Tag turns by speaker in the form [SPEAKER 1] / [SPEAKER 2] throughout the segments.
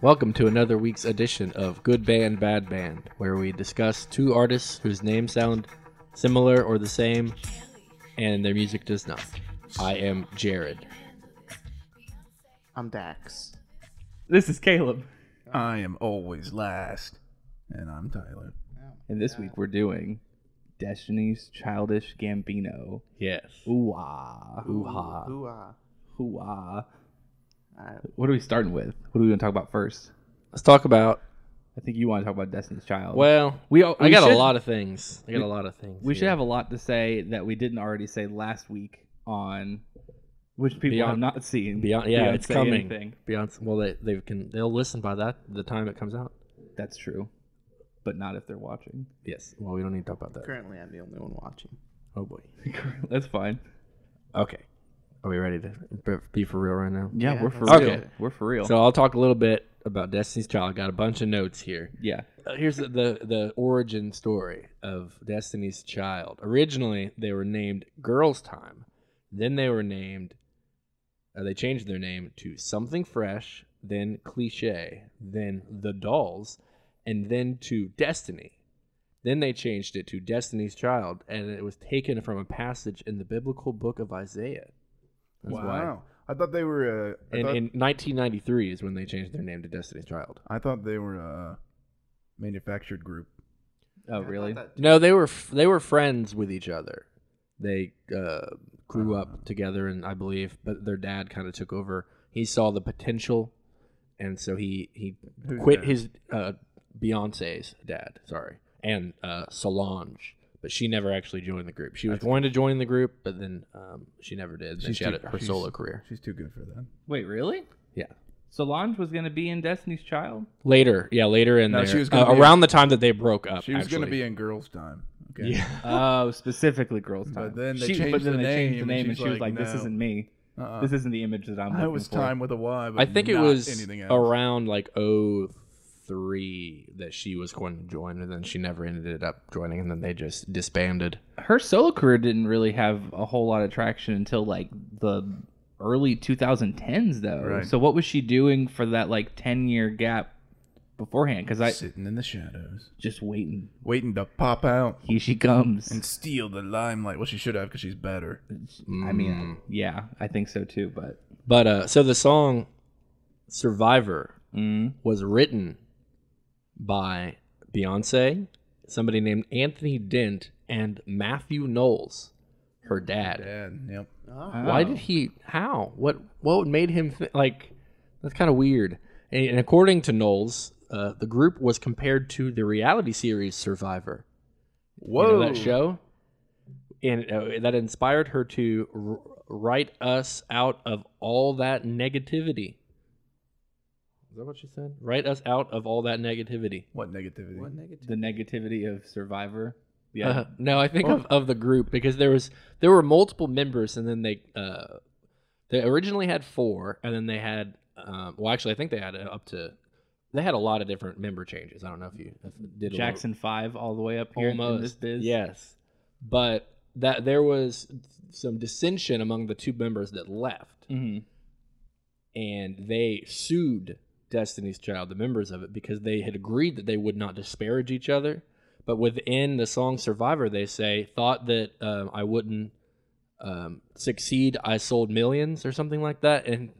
[SPEAKER 1] Welcome to another week's edition of Good Band, Bad Band, where we discuss two artists whose names sound similar or the same, and their music does not. I am Jared.
[SPEAKER 2] I'm Dax.
[SPEAKER 3] This is Caleb.
[SPEAKER 4] I am always last, and I'm Tyler.
[SPEAKER 3] And this week we're doing Destiny's Childish Gambino.
[SPEAKER 1] Yes.
[SPEAKER 3] Ooh ah. Ooh ah.
[SPEAKER 2] Ooh, ah.
[SPEAKER 3] Ooh ah.
[SPEAKER 2] Alright.
[SPEAKER 3] What are we starting with? What are we going to talk about first?
[SPEAKER 1] Let's talk about.
[SPEAKER 3] I think you want to talk about Destiny's Child.
[SPEAKER 1] Well,
[SPEAKER 3] we, all-
[SPEAKER 1] I
[SPEAKER 3] we
[SPEAKER 1] got
[SPEAKER 3] should-
[SPEAKER 1] a lot of things. I got a lot of things.
[SPEAKER 3] We should
[SPEAKER 1] here.
[SPEAKER 3] have a lot to say that we didn't already say last week on which people
[SPEAKER 1] Beyond-
[SPEAKER 3] have not seen.
[SPEAKER 1] Beyond, yeah,
[SPEAKER 3] Beyonce
[SPEAKER 1] it's coming.
[SPEAKER 3] anything.
[SPEAKER 1] Beyonce. Well, they they can they'll listen by that the time it comes out.
[SPEAKER 3] That's true, but not if they're watching.
[SPEAKER 1] Yes. Well, we don't need to talk about that.
[SPEAKER 2] Currently, I'm the only one watching.
[SPEAKER 1] Oh boy.
[SPEAKER 3] That's fine.
[SPEAKER 1] Okay. Are we ready to b- be for real right now?
[SPEAKER 3] Yeah,
[SPEAKER 2] Yeah,
[SPEAKER 3] we're for
[SPEAKER 2] let's
[SPEAKER 1] do
[SPEAKER 3] real.
[SPEAKER 1] it.
[SPEAKER 3] We're for real.
[SPEAKER 1] So I'll talk a little bit about Destiny's Child. I got a bunch of notes here.
[SPEAKER 3] yeah,
[SPEAKER 1] Uh, here's the, the the origin story of Destiny's Child. Originally, they were named Girls Time. Then they were named. Uh, they changed their name to Something Fresh, then Cliche, then The Dolls, and then to Destiny. Then they changed it to Destiny's Child, and it was taken from a passage in the biblical book of Isaiah. That's why.
[SPEAKER 4] I thought they were. Uh, I,
[SPEAKER 1] And
[SPEAKER 4] thought,
[SPEAKER 1] in 1993 is when they changed their name to Destiny's Child.
[SPEAKER 4] I thought they were a manufactured group.
[SPEAKER 3] Oh,
[SPEAKER 2] I thought
[SPEAKER 3] really?
[SPEAKER 2] that-
[SPEAKER 1] No, they were f- they were friends with each other. They uh, grew
[SPEAKER 4] Uh-huh.
[SPEAKER 1] up together, and I believe, but their dad kind of took over. He saw the potential, and so he he
[SPEAKER 4] Who's
[SPEAKER 1] quit
[SPEAKER 4] dad?
[SPEAKER 1] his uh, Beyonce's dad. Sorry, and uh, Solange, but she never actually joined the group. She was going to join the group, but then um, she never did. Then
[SPEAKER 4] She's
[SPEAKER 1] she had
[SPEAKER 4] too-
[SPEAKER 1] her
[SPEAKER 4] she's-
[SPEAKER 1] solo career.
[SPEAKER 4] She's too good for that.
[SPEAKER 3] Wait, really?
[SPEAKER 1] Yeah,
[SPEAKER 3] Solange was gonna be in Destiny's Child.
[SPEAKER 1] later. Yeah, later in
[SPEAKER 4] No,
[SPEAKER 1] there.
[SPEAKER 4] she was
[SPEAKER 1] uh,
[SPEAKER 4] gonna be-
[SPEAKER 1] around the time that they broke up.
[SPEAKER 4] She was going to
[SPEAKER 1] Uh, actually.
[SPEAKER 4] be in Girls' Time. Okay.
[SPEAKER 1] Yeah.
[SPEAKER 3] Oh, specifically girls' time.
[SPEAKER 4] But then they
[SPEAKER 3] she, but
[SPEAKER 4] changed
[SPEAKER 3] then
[SPEAKER 4] the
[SPEAKER 3] they changed the
[SPEAKER 4] name, and
[SPEAKER 3] name, and,
[SPEAKER 4] she's
[SPEAKER 3] she was like,
[SPEAKER 4] like,
[SPEAKER 3] "This
[SPEAKER 4] no.
[SPEAKER 3] isn't me.
[SPEAKER 4] Uh-uh.
[SPEAKER 3] This isn't the image that I'm."
[SPEAKER 4] I
[SPEAKER 3] looking
[SPEAKER 4] was
[SPEAKER 3] for."
[SPEAKER 4] time with a Y, but
[SPEAKER 1] I think it
[SPEAKER 4] not
[SPEAKER 1] was
[SPEAKER 4] anything else.
[SPEAKER 1] around like oh three that she was going to join, and then she never ended up joining, and then they just disbanded.
[SPEAKER 3] Her solo career didn't really have a whole lot of traction until like the early 2010s, though.
[SPEAKER 4] Right.
[SPEAKER 3] So what was she doing for that like 10 year gap beforehand? Because I
[SPEAKER 4] Sitting in the shadows,
[SPEAKER 3] just waiting.
[SPEAKER 4] waiting to pop out
[SPEAKER 3] Here she comes.
[SPEAKER 4] and steal the limelight. Well, she should have because she's better.
[SPEAKER 3] I
[SPEAKER 4] Mm.
[SPEAKER 3] mean, yeah, I think so too. But
[SPEAKER 1] But uh, so the song "Survivor"
[SPEAKER 3] Mm.
[SPEAKER 1] was written by Beyonce, somebody named Anthony Dent, and Matthew Knowles, her dad.
[SPEAKER 4] Dad, yep.
[SPEAKER 2] Oh,
[SPEAKER 1] Why did he? How? What? What made him th- like? That's kind of weird. And, and according to Knowles, uh, the group was compared to the reality series Survivor. You
[SPEAKER 4] Whoa.
[SPEAKER 1] know that show, and uh, that inspired her to r- write us out of all that negativity. Is that what she said? Write us out of all that negativity.
[SPEAKER 4] What negativity?
[SPEAKER 2] what negative?
[SPEAKER 3] the negativity of Survivor. Yeah. Oh.
[SPEAKER 1] Uh, no, I think of, of the group because there was there were multiple members, and then they uh, they originally had four, and then they had um, well, actually, I think they had up to they had a lot of different member changes. I don't know if you if it did a little-
[SPEAKER 3] Jackson Five all the way up here in this biz.
[SPEAKER 1] Yes, but that there was some dissension among the two members that left,
[SPEAKER 3] hmm
[SPEAKER 1] and they sued Destiny's Child, the members of it, because they had agreed that they would not disparage each other. But within the song "Survivor," they say thought that um, I wouldn't um, succeed. I sold millions or something like that, and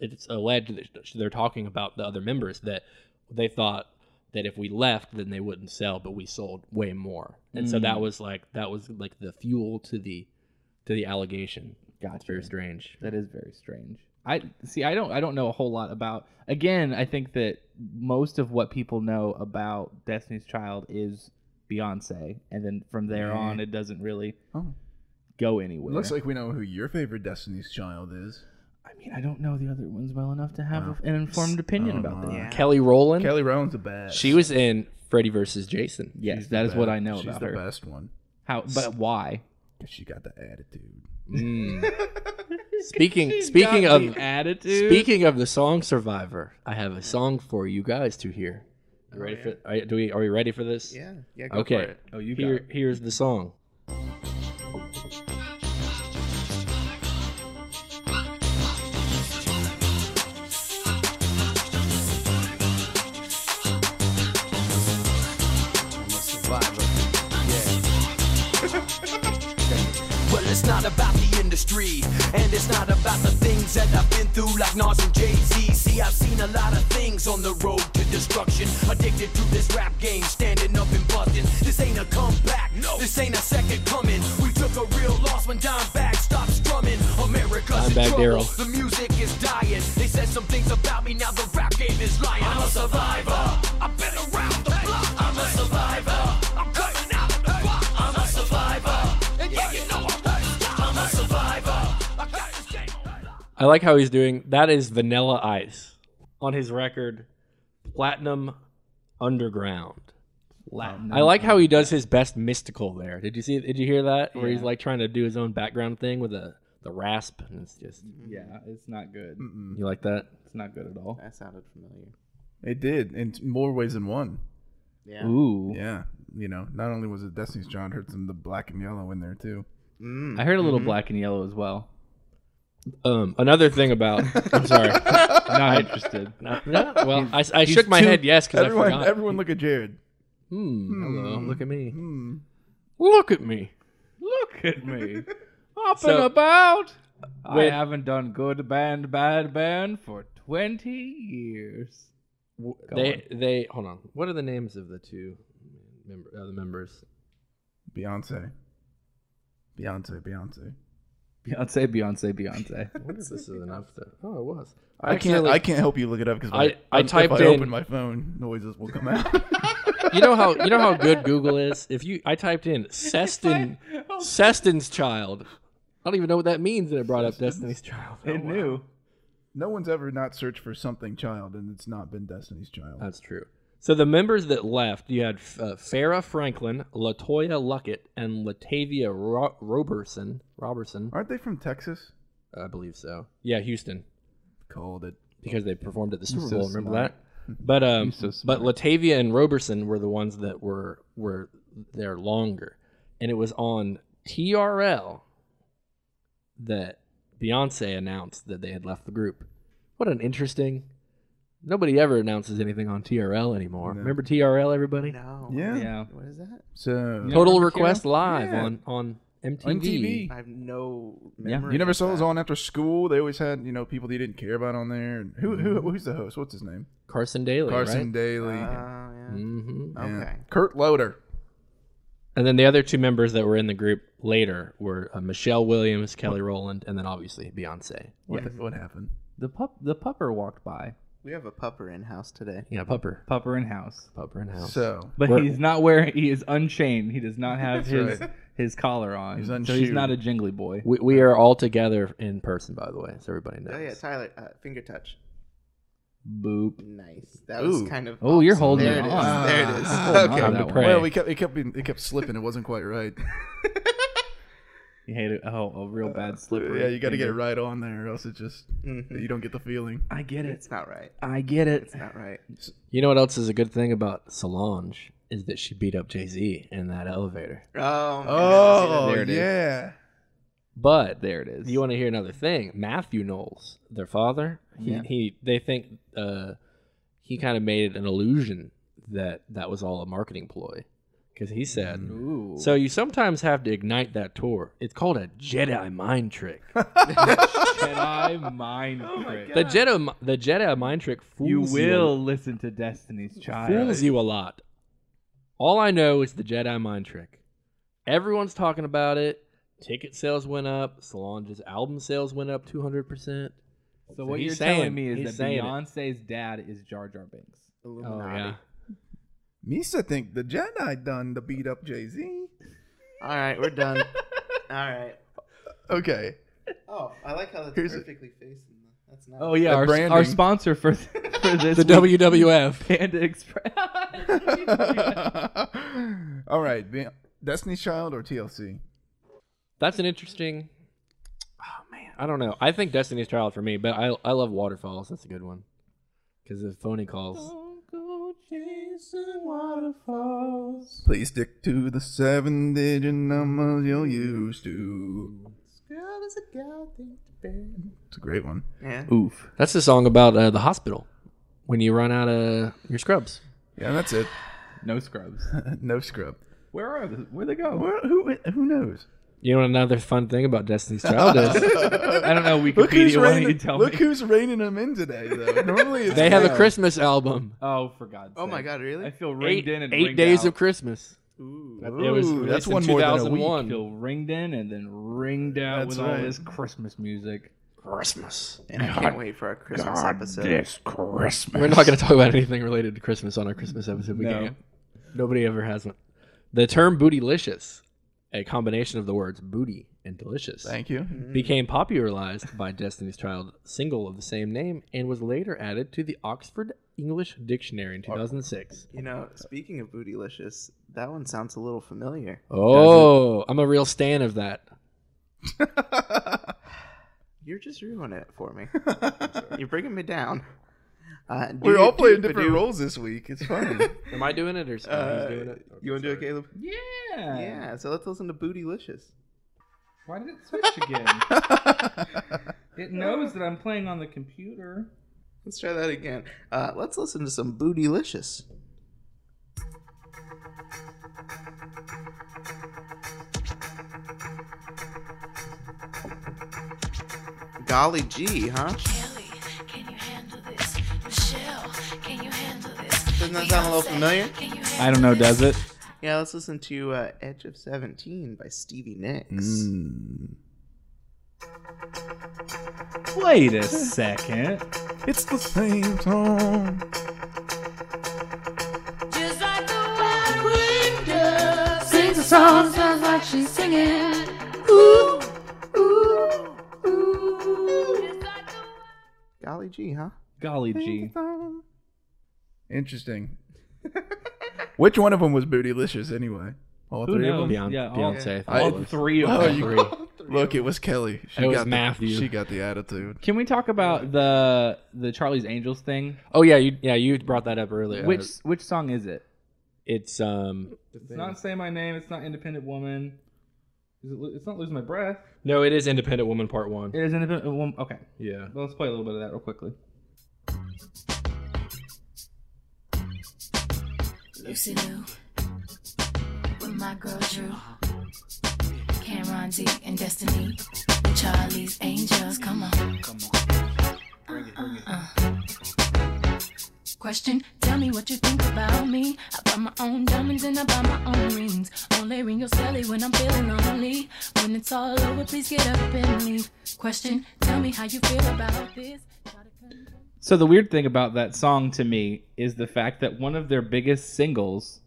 [SPEAKER 1] it's alleged that they're talking about the other members that they thought that if we left, then they wouldn't sell, but we sold way more, and so
[SPEAKER 3] Mm.
[SPEAKER 1] that was like that was like the fuel to the to the allegation. It's
[SPEAKER 3] Gotcha.
[SPEAKER 1] very strange.
[SPEAKER 3] That is very strange. I see. I don't. I don't know a whole lot about. Again, I think that most of what people know about Destiny's Child is Beyonce, and then from there
[SPEAKER 4] Yeah.
[SPEAKER 3] on, it doesn't really
[SPEAKER 4] Oh.
[SPEAKER 3] go anywhere.
[SPEAKER 4] Mm-hmm. Looks like we know who your favorite Destiny's Child is.
[SPEAKER 3] I mean, I don't know the other ones well enough to have
[SPEAKER 4] Wow.
[SPEAKER 3] an informed opinion
[SPEAKER 4] Oh,
[SPEAKER 3] about
[SPEAKER 4] my.
[SPEAKER 3] them.
[SPEAKER 2] Yeah.
[SPEAKER 1] Kelly Rowland.
[SPEAKER 4] Kelly Rowland's the best.
[SPEAKER 1] She was in Freddy versus Jason.
[SPEAKER 3] Yes,
[SPEAKER 4] She's the
[SPEAKER 3] that is what
[SPEAKER 4] best.
[SPEAKER 3] I know
[SPEAKER 4] She's
[SPEAKER 3] about
[SPEAKER 4] the
[SPEAKER 3] her.
[SPEAKER 4] best one.
[SPEAKER 3] How? But why?
[SPEAKER 4] 'Cause she got the attitude.
[SPEAKER 1] Mm. Speaking speaking of
[SPEAKER 3] attitude.
[SPEAKER 1] speaking of the song Survivor, I have a song for you guys to hear. You ready
[SPEAKER 2] Oh, yeah.
[SPEAKER 1] for? Are, do we? Are we ready for this?
[SPEAKER 2] Yeah, yeah. Go For
[SPEAKER 1] Okay.
[SPEAKER 2] it.
[SPEAKER 3] Oh, you got
[SPEAKER 1] Here,
[SPEAKER 3] it.
[SPEAKER 1] here's the song.
[SPEAKER 5] not about the industry, and it's not about the things that I've been through, like Nas and Jay Z. See, I've seen a lot of things on the road to destruction. Addicted to this rap game, standing up and busting. This ain't a comeback, no. This ain't a second coming. We took a real loss when Dime Bag stopped strumming. America's in
[SPEAKER 1] Dimebag
[SPEAKER 5] trouble.
[SPEAKER 1] Darrell.
[SPEAKER 5] The music is dying. They said some things about me, now the rap game is lying. I'm a survivor. I've been around the block. I'm a survivor. I'm coming out of the block. I'm a survivor. And yeah, you know I won't stop. I'm a survivor. I got this game on lock.
[SPEAKER 1] I like how he's doing. That is Vanilla Ice on his record, Platinum Underground.
[SPEAKER 3] Latin.
[SPEAKER 1] I like how he does his best mystical there. Did you see? Did you hear that? Where he's
[SPEAKER 3] Yeah.
[SPEAKER 1] like trying to do his own background thing with a the rasp, and it's just
[SPEAKER 3] Yeah, it's not good.
[SPEAKER 4] Mm-mm.
[SPEAKER 1] you like that.
[SPEAKER 3] It's not good at all.
[SPEAKER 2] That sounded familiar.
[SPEAKER 4] It did in more ways than one.
[SPEAKER 2] Yeah.
[SPEAKER 3] Ooh.
[SPEAKER 4] Yeah, you know, not only was it Destiny's John Hurt, some of the black and yellow in there too.
[SPEAKER 2] Mm.
[SPEAKER 3] I heard a little
[SPEAKER 4] Mm-hmm.
[SPEAKER 3] black and yellow as well.
[SPEAKER 1] Um, another thing about I'm sorry.
[SPEAKER 3] Not interested.
[SPEAKER 1] No, no, well, I, I
[SPEAKER 4] He's
[SPEAKER 1] shook my
[SPEAKER 4] too-
[SPEAKER 1] head yes because I
[SPEAKER 4] everyone,
[SPEAKER 1] forgot.
[SPEAKER 4] everyone, look at Jared.
[SPEAKER 1] Hmm, hello, look at me.
[SPEAKER 4] Hmm.
[SPEAKER 1] Look at me.
[SPEAKER 3] Look at me. Up
[SPEAKER 1] So-
[SPEAKER 3] and about.
[SPEAKER 1] Wait.
[SPEAKER 3] I haven't done good band, bad band for 20 years.
[SPEAKER 1] W-
[SPEAKER 3] Go
[SPEAKER 1] They they hold on. What are the names of the two member uh, the members?
[SPEAKER 4] Beyonce. Beyonce, Beyonce.
[SPEAKER 3] Beyonce, Beyonce, Beyonce.
[SPEAKER 1] I wonder if this is enough. To, oh, it was.
[SPEAKER 4] I can't.
[SPEAKER 1] Accidentally-
[SPEAKER 4] I can't help you look it up because
[SPEAKER 1] I- I typed
[SPEAKER 4] if I
[SPEAKER 1] in-
[SPEAKER 4] open my phone, noises will come out.
[SPEAKER 1] you know how you know how good Google is. If you I typed in Seston Seston's child. I don't even know what that means, and it brought up Destiny's Child. Oh,
[SPEAKER 3] it knew.
[SPEAKER 4] no one's ever not searched for something child, and it's not been Destiny's Child.
[SPEAKER 1] That's true. So the members that left, you had uh, Farrah Franklin, Latoya Luckett, and Latavia Ro- Roberson. Robertson,
[SPEAKER 4] Aren't they from Texas?
[SPEAKER 1] I believe so. Yeah, Houston,
[SPEAKER 4] Called it.
[SPEAKER 1] because they performed at the Super
[SPEAKER 4] so
[SPEAKER 1] Bowl. Remember
[SPEAKER 4] smart.
[SPEAKER 1] that? But um,
[SPEAKER 3] so
[SPEAKER 1] but
[SPEAKER 3] smart.
[SPEAKER 1] Latavia and Roberson were the ones that were were there longer, and it was on TRL that Beyonce announced that they had left the group. What an interesting. Nobody ever announces anything on TRL anymore.
[SPEAKER 4] No.
[SPEAKER 1] Remember TRL, everybody?
[SPEAKER 2] No.
[SPEAKER 4] Yeah.
[SPEAKER 3] Yeah.
[SPEAKER 2] What is that?
[SPEAKER 4] So
[SPEAKER 3] Yeah.
[SPEAKER 1] Total
[SPEAKER 3] Remember
[SPEAKER 1] Request
[SPEAKER 3] Kira?
[SPEAKER 1] Live
[SPEAKER 4] Yeah.
[SPEAKER 1] on on MTV.
[SPEAKER 4] on TV.
[SPEAKER 2] I have no
[SPEAKER 3] Yeah.
[SPEAKER 2] memory.
[SPEAKER 4] You never
[SPEAKER 2] of
[SPEAKER 4] saw
[SPEAKER 2] that.
[SPEAKER 4] those on after school. They always had you know people that you didn't care about on there. And who who who's the host? What's his name?
[SPEAKER 1] Carson Daly, right?
[SPEAKER 2] Oh,
[SPEAKER 4] Carson Mm-hmm. Daly.
[SPEAKER 2] yeah.
[SPEAKER 3] Mm.
[SPEAKER 1] hmm
[SPEAKER 4] Yeah.
[SPEAKER 2] Okay.
[SPEAKER 4] Kurt Loder.
[SPEAKER 1] And then the other two members that were in the group later were uh, Michelle Williams, Kelly Rowland, and then obviously Beyonce.
[SPEAKER 4] What, what happened?
[SPEAKER 3] The pup, the pupper walked by.
[SPEAKER 2] We have a pupper in house today.
[SPEAKER 1] Yeah, Pupper.
[SPEAKER 3] Pupper in house.
[SPEAKER 1] Pupper and House.
[SPEAKER 4] So
[SPEAKER 3] But
[SPEAKER 1] We're-
[SPEAKER 3] he's not wearing. He is unchained. He does not have
[SPEAKER 4] That's
[SPEAKER 3] his his collar on.
[SPEAKER 4] He's
[SPEAKER 3] so he's
[SPEAKER 4] unshoed.
[SPEAKER 3] not a jingly boy.
[SPEAKER 1] we, we are all together in person, by the way, so everybody knows.
[SPEAKER 2] Oh yeah, Tyler, uh, finger touch.
[SPEAKER 3] Boop.
[SPEAKER 2] Nice. That was
[SPEAKER 4] Ooh.
[SPEAKER 2] kind of.
[SPEAKER 3] Oh, you're
[SPEAKER 2] awesome.
[SPEAKER 3] holding
[SPEAKER 2] there
[SPEAKER 3] it
[SPEAKER 2] it is.
[SPEAKER 3] on.
[SPEAKER 2] There it is.
[SPEAKER 4] Ah, I'm
[SPEAKER 1] holding
[SPEAKER 2] okay.
[SPEAKER 1] on.
[SPEAKER 3] Time to
[SPEAKER 1] that
[SPEAKER 3] pray.
[SPEAKER 4] well, we kept it kept being, it kept slipping. It wasn't quite right.
[SPEAKER 3] You hate it. Oh, a real bad slippery.
[SPEAKER 4] yeah, you got to get it
[SPEAKER 3] finger.
[SPEAKER 4] right Mm-hmm. on there, or else it just
[SPEAKER 2] Mhm.
[SPEAKER 4] you don't get the feeling.
[SPEAKER 3] I get it.
[SPEAKER 2] It's not right.
[SPEAKER 3] I get it.
[SPEAKER 2] It's not right.
[SPEAKER 1] You know what else is a good thing about Solange is that she beat up Jay Z in that elevator.
[SPEAKER 2] Oh. man,
[SPEAKER 4] Oh
[SPEAKER 2] I see that. There it is.
[SPEAKER 4] yeah,
[SPEAKER 1] But
[SPEAKER 3] There it is.
[SPEAKER 1] You want to hear another thing? Matthew Knowles, their father, he,
[SPEAKER 3] Yeah.
[SPEAKER 1] he they think uh, he kind of made it an illusion that that was all a marketing ploy because he said.
[SPEAKER 2] Mm.
[SPEAKER 3] Ooh.
[SPEAKER 1] So you sometimes have to ignite that tour. It's called a Jedi mind trick.
[SPEAKER 3] Jedi mind trick.
[SPEAKER 1] The Jedi the Jedi mind trick fools
[SPEAKER 3] You
[SPEAKER 1] a-
[SPEAKER 3] will listen to Destiny's Child.
[SPEAKER 1] fools you a lot. All I know is the Jedi mind trick. Everyone's talking about it. Ticket sales went up. Solange's album sales went up 200%.
[SPEAKER 3] So what
[SPEAKER 1] He's
[SPEAKER 3] you're
[SPEAKER 1] saying-
[SPEAKER 3] telling me
[SPEAKER 1] he's
[SPEAKER 3] is that
[SPEAKER 1] saying it.
[SPEAKER 3] Beyonce's dad is Jar Jar Binks.
[SPEAKER 1] Oh,
[SPEAKER 2] Illuminati.
[SPEAKER 1] yeah.
[SPEAKER 4] Misa think the Jedi done to beat up Jay Z.
[SPEAKER 2] All right, we're done. All right.
[SPEAKER 4] Okay,
[SPEAKER 2] Oh, I like how that's
[SPEAKER 4] Here's it.
[SPEAKER 2] perfectly facing. The, that's not.
[SPEAKER 3] Oh yeah,
[SPEAKER 4] The
[SPEAKER 3] our,
[SPEAKER 4] branding.
[SPEAKER 3] our sponsor for for this
[SPEAKER 1] The
[SPEAKER 3] week,
[SPEAKER 1] WWF.
[SPEAKER 3] Panda Express.
[SPEAKER 4] all right. Be- Destiny's Child or TLC?
[SPEAKER 1] That's an interesting. Oh man, I don't know. I think Destiny's Child for me, but I I love Waterfalls. That's a good one because of phony calls.
[SPEAKER 4] Please stick to the seven digit numbers you're used to. It's a great one.
[SPEAKER 2] Yeah.
[SPEAKER 3] Oof.
[SPEAKER 1] That's the song about uh, the hospital when you run out of your scrubs.
[SPEAKER 4] Yeah, that's it.
[SPEAKER 3] No scrubs.
[SPEAKER 4] no scrub.
[SPEAKER 3] Where are they? Where they go?
[SPEAKER 4] Where, who who knows?
[SPEAKER 1] You know what another fun thing about Destiny's Child is?
[SPEAKER 3] I don't know.
[SPEAKER 4] Look who's
[SPEAKER 3] Wikipedia. Why don't you
[SPEAKER 4] reining,
[SPEAKER 3] tell
[SPEAKER 4] look
[SPEAKER 3] me?
[SPEAKER 4] who's reining them in today, though. Normally it's
[SPEAKER 1] they have a
[SPEAKER 4] Chris.
[SPEAKER 1] Christmas album.
[SPEAKER 3] oh, for God's sake!
[SPEAKER 2] Oh my god, really?
[SPEAKER 3] I feel
[SPEAKER 1] Eight,
[SPEAKER 3] ringed in and
[SPEAKER 1] eight
[SPEAKER 3] ringed
[SPEAKER 1] days
[SPEAKER 3] out.
[SPEAKER 1] of Christmas.
[SPEAKER 2] Ooh.
[SPEAKER 1] That- it was
[SPEAKER 4] Ooh,
[SPEAKER 1] released
[SPEAKER 4] that's
[SPEAKER 1] in
[SPEAKER 4] one more than a week.
[SPEAKER 3] I
[SPEAKER 1] 2001.
[SPEAKER 3] feel ringed in and then ringed out
[SPEAKER 4] That's
[SPEAKER 3] with all
[SPEAKER 4] right.
[SPEAKER 3] this Christmas music.
[SPEAKER 1] Christmas.
[SPEAKER 2] And I can't wait for our Christmas episode.
[SPEAKER 3] Christmas.
[SPEAKER 1] We're not going to talk about anything related to Christmas on our Christmas episode. We
[SPEAKER 3] No.
[SPEAKER 1] can't. Nobody ever has one. The term bootylicious, a combination of the words booty and delicious,
[SPEAKER 4] Thank you.
[SPEAKER 1] became popularized by Destiny's Child single of the same name and was later added to the Oxford English Dictionary in 2006.
[SPEAKER 2] You know, speaking of bootylicious, that one sounds a little familiar.
[SPEAKER 1] Oh, I'm a real stan of that.
[SPEAKER 2] You're just ruining it for me. You're bringing me down. Uh,
[SPEAKER 4] We're
[SPEAKER 2] doo-
[SPEAKER 4] all playing
[SPEAKER 2] doo-
[SPEAKER 4] different
[SPEAKER 2] ba-doo.
[SPEAKER 4] roles this week. It's funny.
[SPEAKER 1] Am I Oh, doing it or something?
[SPEAKER 2] Uh, you want to do it, Caleb?
[SPEAKER 3] Yeah.
[SPEAKER 2] Yeah. So let's listen to Bootylicious.
[SPEAKER 3] Why did it switch again? it knows that I'm playing on the computer.
[SPEAKER 2] Let's try that again. Uh, let's listen to some Bootylicious. Golly gee, huh?
[SPEAKER 6] Kelly, can you handle this? Michelle, can you handle this?
[SPEAKER 2] Doesn't that sound a little familiar?
[SPEAKER 3] I don't know. Does it?
[SPEAKER 2] Yeah, let's listen to uh, Edge of 17 by Stevie Nicks.
[SPEAKER 4] Mm.
[SPEAKER 3] Wait a second.
[SPEAKER 4] It's the same song.
[SPEAKER 6] Just like the wild wind does. Sings a song, sounds like she's singing. Ooh, ooh, ooh. Just like the
[SPEAKER 2] Golly gee, huh?
[SPEAKER 3] Golly gee.
[SPEAKER 4] Interesting. Which one of them was bootylicious anyway? All
[SPEAKER 3] Who
[SPEAKER 4] three
[SPEAKER 3] knows?
[SPEAKER 4] of them.
[SPEAKER 1] Beyond,
[SPEAKER 3] Yeah, all-
[SPEAKER 1] Beyonce. I thought
[SPEAKER 4] all
[SPEAKER 1] it was.
[SPEAKER 3] Three of
[SPEAKER 4] Oh,
[SPEAKER 3] them.
[SPEAKER 4] you Look, it was Kelly. She
[SPEAKER 1] It was
[SPEAKER 4] got the-
[SPEAKER 1] Matthew.
[SPEAKER 4] She got the attitude.
[SPEAKER 3] Can we talk about the the Charlie's Angels thing?
[SPEAKER 1] Oh yeah, you yeah you brought that up earlier.
[SPEAKER 3] Which which song is it?
[SPEAKER 1] it's um
[SPEAKER 3] It's not "Say My Name." It's not "Independent Woman." Is it, it's not "Lose My Breath."
[SPEAKER 1] no, it is Independent Woman Part One.
[SPEAKER 3] It is "Independent Woman." Okay,
[SPEAKER 1] Yeah.
[SPEAKER 3] well, let's play a little bit of that real quickly.
[SPEAKER 6] Lucy Lou with my girl Drew, Cameron D and Destiny, Charlie's Angels. Come on. Come on. Uh-uh. Question, tell me what you think about me. I buy my own diamonds and I buy my own rings. Only ring your celly when I'm feeling lonely. When it's all over, please get up and leave. Question, tell me how you feel about this. Try to con-
[SPEAKER 3] So the weird thing about that song to me is the fact that one of their biggest singles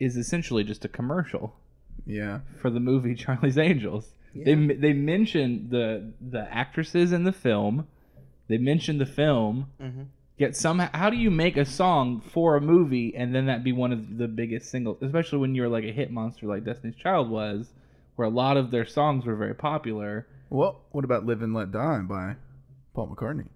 [SPEAKER 3] is essentially just a commercial
[SPEAKER 4] Yeah.
[SPEAKER 3] for the movie Charlie's Angels. They They they mention the the actresses in the film. They mention the film.
[SPEAKER 2] Mhm.
[SPEAKER 3] Yet somehow, how do you make a song for a movie and then that be one of the biggest singles, especially when you're like a hit monster like Destiny's Child was, where a lot of their songs were very popular?
[SPEAKER 4] Well, what about "Live and Let Die" by Paul McCartney?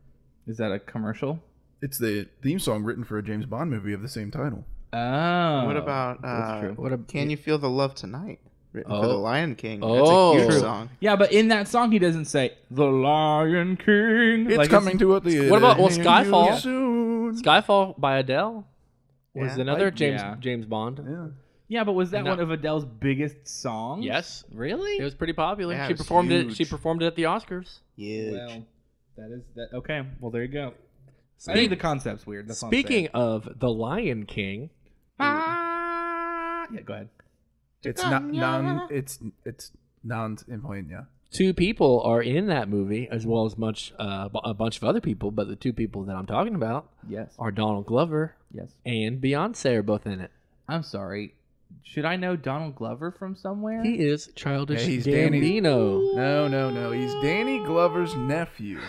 [SPEAKER 3] Is that a commercial?
[SPEAKER 4] It's the theme song written for a James Bond movie of the same title.
[SPEAKER 3] Oh,
[SPEAKER 2] What about uh,
[SPEAKER 3] true.
[SPEAKER 1] What a
[SPEAKER 2] Can You Feel the Love Tonight? Written for
[SPEAKER 1] Oh.
[SPEAKER 2] the Lion King.
[SPEAKER 1] Oh.
[SPEAKER 2] That's a huge
[SPEAKER 1] True.
[SPEAKER 2] song.
[SPEAKER 3] Yeah, but in that song, he doesn't say "The Lion King."
[SPEAKER 4] It's
[SPEAKER 3] Like,
[SPEAKER 4] coming to a theater.
[SPEAKER 1] What about- well,
[SPEAKER 4] near you
[SPEAKER 1] Skyfall?
[SPEAKER 4] soon.
[SPEAKER 1] Skyfall by Adele was
[SPEAKER 2] Yeah.
[SPEAKER 1] another
[SPEAKER 3] I-
[SPEAKER 1] James
[SPEAKER 3] yeah.
[SPEAKER 1] James Bond.
[SPEAKER 4] Yeah.
[SPEAKER 3] Yeah, but was that
[SPEAKER 1] And that-
[SPEAKER 3] one of Adele's biggest songs?
[SPEAKER 1] Yes,
[SPEAKER 3] really.
[SPEAKER 1] it was pretty popular.
[SPEAKER 2] Yeah, it
[SPEAKER 1] she
[SPEAKER 2] was
[SPEAKER 1] performed it. She
[SPEAKER 2] huge.
[SPEAKER 1] performed it at the Oscars.
[SPEAKER 2] Huge.
[SPEAKER 3] Well, that is that. Okay, well there you go. I think the concept's weird. That's all I'm
[SPEAKER 1] Speaking of the Lion King,
[SPEAKER 3] saying. yeah, go ahead.
[SPEAKER 4] It's not non. It's it's non employment.
[SPEAKER 1] two people are in that movie as well as much uh, bu- a bunch of other people. But the two people that I'm talking about
[SPEAKER 3] Yes,
[SPEAKER 1] are Donald Glover
[SPEAKER 3] yes.
[SPEAKER 1] and Beyonce are both in it.
[SPEAKER 3] I'm sorry. Should I know Donald Glover from somewhere?
[SPEAKER 1] He is childish
[SPEAKER 4] Yeah, he's Danny.
[SPEAKER 1] Gambino.
[SPEAKER 4] No, no, no. He's Danny Glover's nephew.